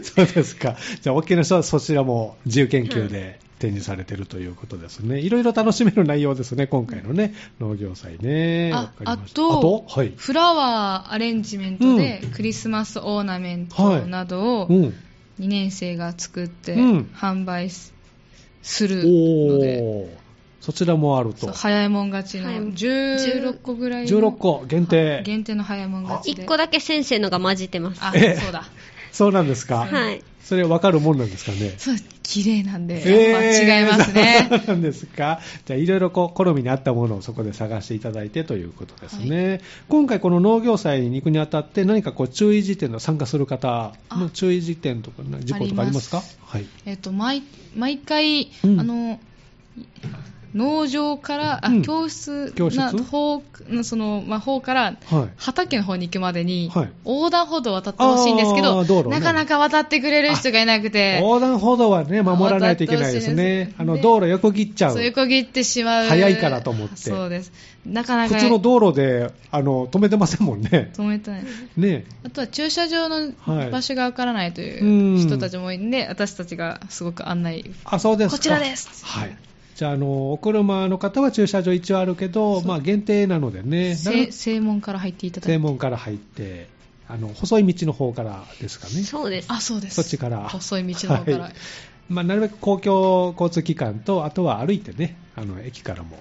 [SPEAKER 1] そうですか。じゃあ、OK の人はそちらも自由研究で展示されてるということですね。いろいろ楽しめる内容ですね、今回のね、農業祭ね。わ
[SPEAKER 4] あ
[SPEAKER 1] かり
[SPEAKER 4] あ
[SPEAKER 1] ました
[SPEAKER 4] と
[SPEAKER 1] あとはい。
[SPEAKER 4] フラワーアレンジメントでクリスマスオーナメントなどを
[SPEAKER 1] うん。
[SPEAKER 4] 2年生が作って
[SPEAKER 1] うん
[SPEAKER 4] 販売すするので、
[SPEAKER 1] おー。そちらもあると
[SPEAKER 4] そう。早いもん勝ちの
[SPEAKER 5] はい
[SPEAKER 4] 16個ぐらいの
[SPEAKER 1] 16個限定。
[SPEAKER 4] 限定の早いもん勝ちで
[SPEAKER 5] 1個だけ先生のが混じってます。
[SPEAKER 4] あ
[SPEAKER 1] え
[SPEAKER 4] そうだ
[SPEAKER 1] そうなんですか
[SPEAKER 5] はい。
[SPEAKER 1] それ分かるもんなんですかね
[SPEAKER 4] そう綺麗なんで、やっぱ違いますね
[SPEAKER 1] えー *laughs* そうなんですか。じゃあ、いろいろこう、好みに合ったものをそこで探していただいてということですね。今回この農業祭に行くにあたって、何かこう、注意事点の参加する方の
[SPEAKER 4] あ
[SPEAKER 1] 注意事点とか、事項とかありますか
[SPEAKER 4] あります
[SPEAKER 1] はい。
[SPEAKER 4] えっと毎毎回、
[SPEAKER 1] うん
[SPEAKER 4] あの農場から、あ
[SPEAKER 1] うん
[SPEAKER 4] 教室
[SPEAKER 1] 教室
[SPEAKER 4] な方その、まあ、方から
[SPEAKER 1] はい。
[SPEAKER 4] 畑の方に行くまでに、
[SPEAKER 1] はい
[SPEAKER 4] 横断歩道を渡ってほしいんですけ
[SPEAKER 1] あ
[SPEAKER 4] ど、
[SPEAKER 1] ー道路ね
[SPEAKER 4] なかなか渡ってくれる人がいなくて、
[SPEAKER 1] 横断歩道はね、守らないといけないですね。あ
[SPEAKER 4] 渡っ
[SPEAKER 1] の、
[SPEAKER 4] てほしいです
[SPEAKER 1] 道路横切っちゃう
[SPEAKER 4] そう。横切ってしまう。
[SPEAKER 1] 早いからと思って
[SPEAKER 4] そうです。なかなか
[SPEAKER 1] 普通の道路で、あの、止めてませんもん
[SPEAKER 4] *laughs*
[SPEAKER 1] ね。
[SPEAKER 4] 止めてない。
[SPEAKER 1] ね
[SPEAKER 4] あとは駐車場の
[SPEAKER 1] はい
[SPEAKER 4] 場所がわからないと
[SPEAKER 1] うん
[SPEAKER 4] いう人たちもいるんで、私たちがすごく案内。
[SPEAKER 1] あ、そうですか。
[SPEAKER 4] こちらです
[SPEAKER 1] はい。じゃあ、あの、お車の方は駐車場一応あるけど、まあ、限定なのでね。なる
[SPEAKER 4] 正正門から入っていただ
[SPEAKER 1] 正
[SPEAKER 4] いて。
[SPEAKER 1] 門から入って、あの、細い道の方からですかね。
[SPEAKER 5] そうです。
[SPEAKER 4] あ、そうです。
[SPEAKER 1] そっちから
[SPEAKER 4] 細い道の方から。
[SPEAKER 1] はいまあ、なるべく公共交通機関と、あとは歩いてね、あの、駅からも、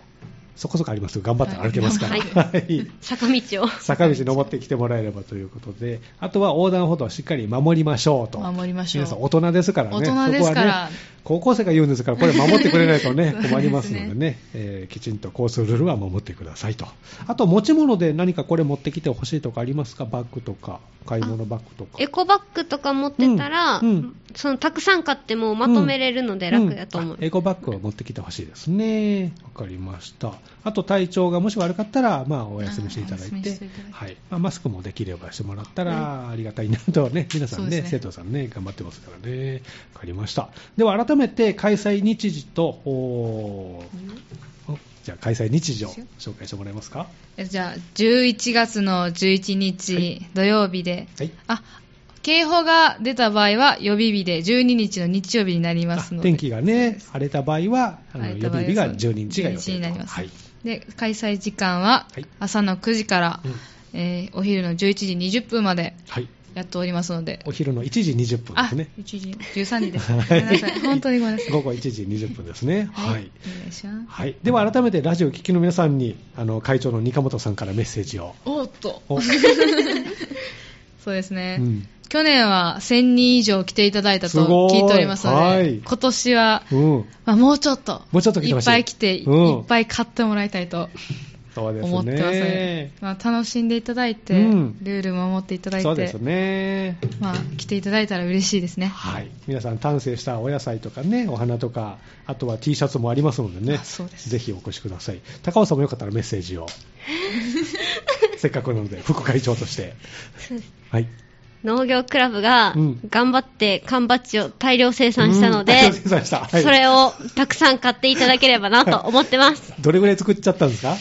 [SPEAKER 1] そこそこありますよ頑張ったら歩けますから。
[SPEAKER 4] は
[SPEAKER 1] はい
[SPEAKER 5] 坂道を。
[SPEAKER 1] 坂道登ってきてもらえればということで、あとは横断歩道をしっかり守りましょうと。
[SPEAKER 4] 守りましょう。
[SPEAKER 1] 皆さん大人ですからね。
[SPEAKER 4] 大人です
[SPEAKER 1] そ
[SPEAKER 4] から
[SPEAKER 1] こはね、高校生が言うんですから、これ守ってくれないと
[SPEAKER 4] *laughs*
[SPEAKER 1] ね、困りますので
[SPEAKER 4] そう
[SPEAKER 1] ね、えーきちんと交通ルールは守ってくださいと。あと、持ち物で何かこれ持ってきてほしいとかありますかバッグとか、買い物バッグとか。
[SPEAKER 5] エコバッグとか持ってたら、
[SPEAKER 1] うんうん
[SPEAKER 5] そのたくさん買ってもまとめれるので楽だと思う。
[SPEAKER 1] んあエコバッグを持ってきてほしいですね。わかりました。あと体調がもし悪かったら、まあお休みしていただい
[SPEAKER 4] あお休み
[SPEAKER 1] て、
[SPEAKER 4] していただいて
[SPEAKER 1] はい。まあマスクもできればしてもらったらありがたいなと
[SPEAKER 4] *laughs*
[SPEAKER 1] ね、皆さん
[SPEAKER 4] そう
[SPEAKER 1] ね
[SPEAKER 4] ですね
[SPEAKER 1] 生徒さんね、頑張ってますからね。わかりました。では改めて開催日時と、おーおじゃあ開催日時を紹介してもらえますか
[SPEAKER 4] えじゃあ、11月の11日、
[SPEAKER 1] はい
[SPEAKER 4] 土曜日で、
[SPEAKER 1] はい。
[SPEAKER 4] あ、警報が出た場合は予備日で12日の日曜日になります
[SPEAKER 1] あ
[SPEAKER 4] ので。
[SPEAKER 1] 天気がね、荒れた場合は、あの
[SPEAKER 4] はい
[SPEAKER 1] 予備日が
[SPEAKER 4] そう
[SPEAKER 1] 12日が予定と
[SPEAKER 4] 12になります。
[SPEAKER 1] はい。
[SPEAKER 4] で、開催時間は
[SPEAKER 1] はい
[SPEAKER 4] 朝の9時から、
[SPEAKER 1] うん
[SPEAKER 4] えーお昼の11時20分まで
[SPEAKER 1] はい。
[SPEAKER 4] やっておりますので。
[SPEAKER 1] お昼の1時20分で
[SPEAKER 4] あ、
[SPEAKER 1] すね。
[SPEAKER 4] 1時、13時です。ご
[SPEAKER 1] *laughs* はい
[SPEAKER 4] めんなさい。本当にごめんなさい。
[SPEAKER 1] 午後1時20分ですね。はい。
[SPEAKER 4] お願いします。
[SPEAKER 1] はい。では改めてラジオを聴きの皆さんに、あの、会長の二カ本さんからメッセージを。
[SPEAKER 4] おっと。
[SPEAKER 1] お
[SPEAKER 4] そうですね。
[SPEAKER 1] うん
[SPEAKER 4] 去年は1000人以上来ていただいた
[SPEAKER 1] す
[SPEAKER 4] と
[SPEAKER 1] ごい
[SPEAKER 4] 聞いておりますので、
[SPEAKER 1] はい
[SPEAKER 4] 今年は、
[SPEAKER 1] うん。
[SPEAKER 4] まあ、もうちょっと、
[SPEAKER 1] もうちょっと来てほしい
[SPEAKER 4] っぱい来て、
[SPEAKER 1] うん
[SPEAKER 4] いっぱい買ってもらいたいと
[SPEAKER 1] そうですね。
[SPEAKER 4] 思ってますので、まあ、楽しんでいただいて、
[SPEAKER 1] うん
[SPEAKER 4] ルール守っていただい
[SPEAKER 1] そう
[SPEAKER 4] て、
[SPEAKER 1] ですね。
[SPEAKER 4] まあ、来ていただいたら嬉しいですね。
[SPEAKER 1] はい。皆さん、丹精したお野菜とかね、お花とか、あとは T シャツもありますのでね
[SPEAKER 4] あ、そうです
[SPEAKER 1] ぜひお越しください。高尾さんもよかったらメッセー
[SPEAKER 4] *laughs*
[SPEAKER 1] ジを。せっかくなので、副会長として。はい。
[SPEAKER 5] 農業クラブが
[SPEAKER 1] うん
[SPEAKER 5] 頑張って缶バッジを大量生産したので、
[SPEAKER 1] うん大量生産したはい
[SPEAKER 5] それをたくさん買っていただければなと思ってます。 *laughs*
[SPEAKER 1] どれぐらい作っちゃったんですか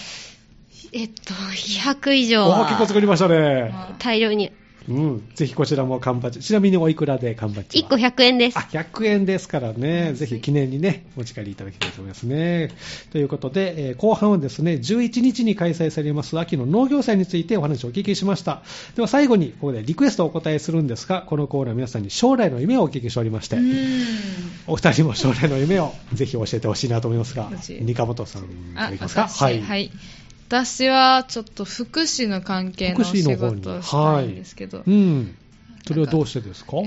[SPEAKER 5] えっと、200以上
[SPEAKER 1] おー
[SPEAKER 5] は
[SPEAKER 1] 結構作りましたね。
[SPEAKER 5] 大量に、
[SPEAKER 1] うん。ぜひこちらも缶バッジ。ちなみにおいくらで缶バッジは
[SPEAKER 5] 1個100円です
[SPEAKER 1] あ。100円ですからね、ぜひ記念にね、お持ち帰りいただきたいと思いますね。ということで、えー後半はですね、11日に開催されます秋の農業祭についてお話をお聞きしました。では最後に、ここでリクエストをお答えするんですが、このコーナー皆さんに将来の夢をお聞きしておりまして、お二人も将来の夢をぜひ教えてほしいなと思いますが
[SPEAKER 4] う、ち
[SPEAKER 1] 二本さん、いた
[SPEAKER 4] あ
[SPEAKER 1] だきますか
[SPEAKER 4] 私はい、私はちょっと福祉の関係のお
[SPEAKER 1] 福祉
[SPEAKER 4] 仕
[SPEAKER 1] の方に
[SPEAKER 4] 事をしたいんですけど、
[SPEAKER 1] うん。それはどうしてですか
[SPEAKER 4] え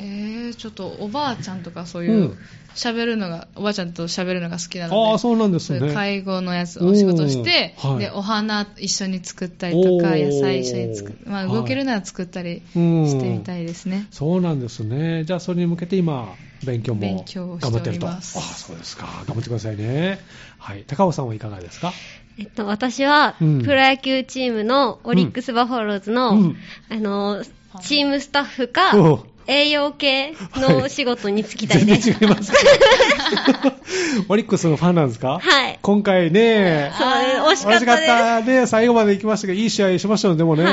[SPEAKER 4] ー、ちょっとおばあちゃんとかそう
[SPEAKER 1] う
[SPEAKER 4] いうん喋るのがおばあちゃんと喋るのが好きなので
[SPEAKER 1] ああ、そうなんです
[SPEAKER 4] そうい
[SPEAKER 1] ね。
[SPEAKER 4] う介護のやつお仕事して、
[SPEAKER 1] おーはい
[SPEAKER 4] でお花一緒に作ったりと
[SPEAKER 1] お
[SPEAKER 4] か
[SPEAKER 1] ー
[SPEAKER 4] 野菜一緒に作っまあ、
[SPEAKER 1] はい
[SPEAKER 4] 動けるなら作ったり
[SPEAKER 1] うん
[SPEAKER 4] してみたいですね、
[SPEAKER 1] そうなんですね。じゃあ、それに向けて今、勉強も
[SPEAKER 4] 勉
[SPEAKER 1] 頑
[SPEAKER 4] 強をして
[SPEAKER 1] 張ってる
[SPEAKER 4] おり
[SPEAKER 1] と。
[SPEAKER 4] ます
[SPEAKER 1] ああ、そうですか。頑張ってくださいね。はい。高尾さんはいかがですか
[SPEAKER 5] えっと、私は、
[SPEAKER 1] うん
[SPEAKER 5] プロ野球チームのオリックスバファローズの、
[SPEAKER 1] うん
[SPEAKER 5] あの、チームスタッフか、
[SPEAKER 1] うん
[SPEAKER 5] 栄養系のお仕事に就きたい
[SPEAKER 1] 全
[SPEAKER 5] で
[SPEAKER 1] 然
[SPEAKER 5] す。
[SPEAKER 1] 違います
[SPEAKER 5] *laughs*
[SPEAKER 1] けど。オリックスのファンなんですか
[SPEAKER 5] はい
[SPEAKER 1] 今回ね、
[SPEAKER 5] そう、惜しか
[SPEAKER 1] 惜し
[SPEAKER 5] ったです。
[SPEAKER 1] かったね。最後まで行きましたけど、いい試合しましたよ、でもね。
[SPEAKER 5] は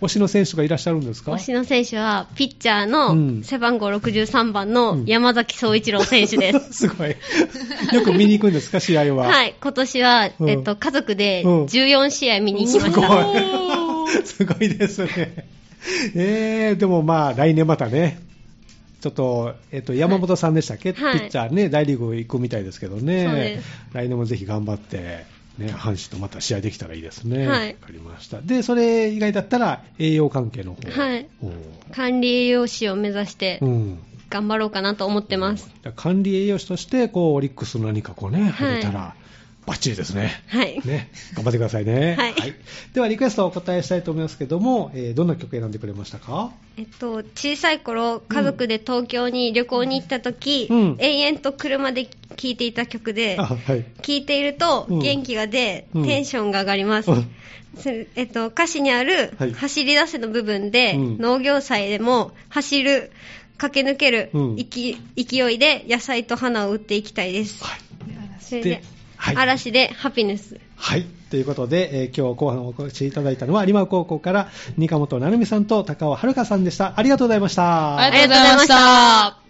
[SPEAKER 1] 推しの選手がいらっしゃるんですか
[SPEAKER 5] 推しの選手は、ピッチャー
[SPEAKER 1] うん
[SPEAKER 5] の背番号63番
[SPEAKER 1] うん
[SPEAKER 5] の山崎総一郎選手で
[SPEAKER 1] *laughs* す
[SPEAKER 5] す。
[SPEAKER 1] ごい。よく見に行くんですか、試合は。
[SPEAKER 5] はい、今年は、
[SPEAKER 1] うん
[SPEAKER 5] えっと、家族で
[SPEAKER 1] うん
[SPEAKER 5] 14試合見に行きますし
[SPEAKER 1] ごい
[SPEAKER 5] た。。
[SPEAKER 1] *laughs* すごいですね。えー、でもまあ、来年またね、ちょっと、えっと、山本さんでしたっけ、
[SPEAKER 5] はい
[SPEAKER 1] ピッチャーね、大リーグ行くみたいですけど
[SPEAKER 5] そう
[SPEAKER 1] ね
[SPEAKER 5] です、
[SPEAKER 1] 来年もぜひ頑張って、ね、阪神とまた試合できたらいいですね。
[SPEAKER 5] はい
[SPEAKER 1] わかりました。で、それ以外だったら、栄養関係の方。
[SPEAKER 5] はい
[SPEAKER 1] おー
[SPEAKER 5] 管理栄養士を目指して
[SPEAKER 1] う、ん。
[SPEAKER 5] 頑張ろうかなと思ってます。
[SPEAKER 1] だから管理栄養士として、こう、オリックスの何かこうね、
[SPEAKER 5] はい
[SPEAKER 1] 入れたら、バッチリですね。
[SPEAKER 5] はい。
[SPEAKER 1] ね、頑張ってくださいね。
[SPEAKER 5] はい
[SPEAKER 1] では、リクエストをお答えしたいと思いますけども、えーどんな曲選んでくれましたか
[SPEAKER 5] えっと、小さい頃、家族で東京に旅行に行った時、
[SPEAKER 1] うん
[SPEAKER 5] 延々と車で聴いていた曲で
[SPEAKER 1] あ、、はい。
[SPEAKER 5] 聴いていると
[SPEAKER 1] うん
[SPEAKER 5] 元気が出、
[SPEAKER 1] うん
[SPEAKER 5] テンションが上がります。
[SPEAKER 1] うん
[SPEAKER 5] それえっと、歌詞にある
[SPEAKER 1] はい
[SPEAKER 5] 走り出せの部分で、
[SPEAKER 1] うん
[SPEAKER 5] 農業祭でも走る、駆け抜ける、
[SPEAKER 1] うん
[SPEAKER 5] いき勢いで野菜と花を売っていきたいです。
[SPEAKER 1] はい。
[SPEAKER 5] それで、
[SPEAKER 1] はい
[SPEAKER 5] 嵐でハピネス。
[SPEAKER 1] はい。ということで、えー今日後半お越しいただいたのは、有馬高校から、二本成美さんと高尾遥さんでした。ありがとうございました。
[SPEAKER 4] ありがとうございました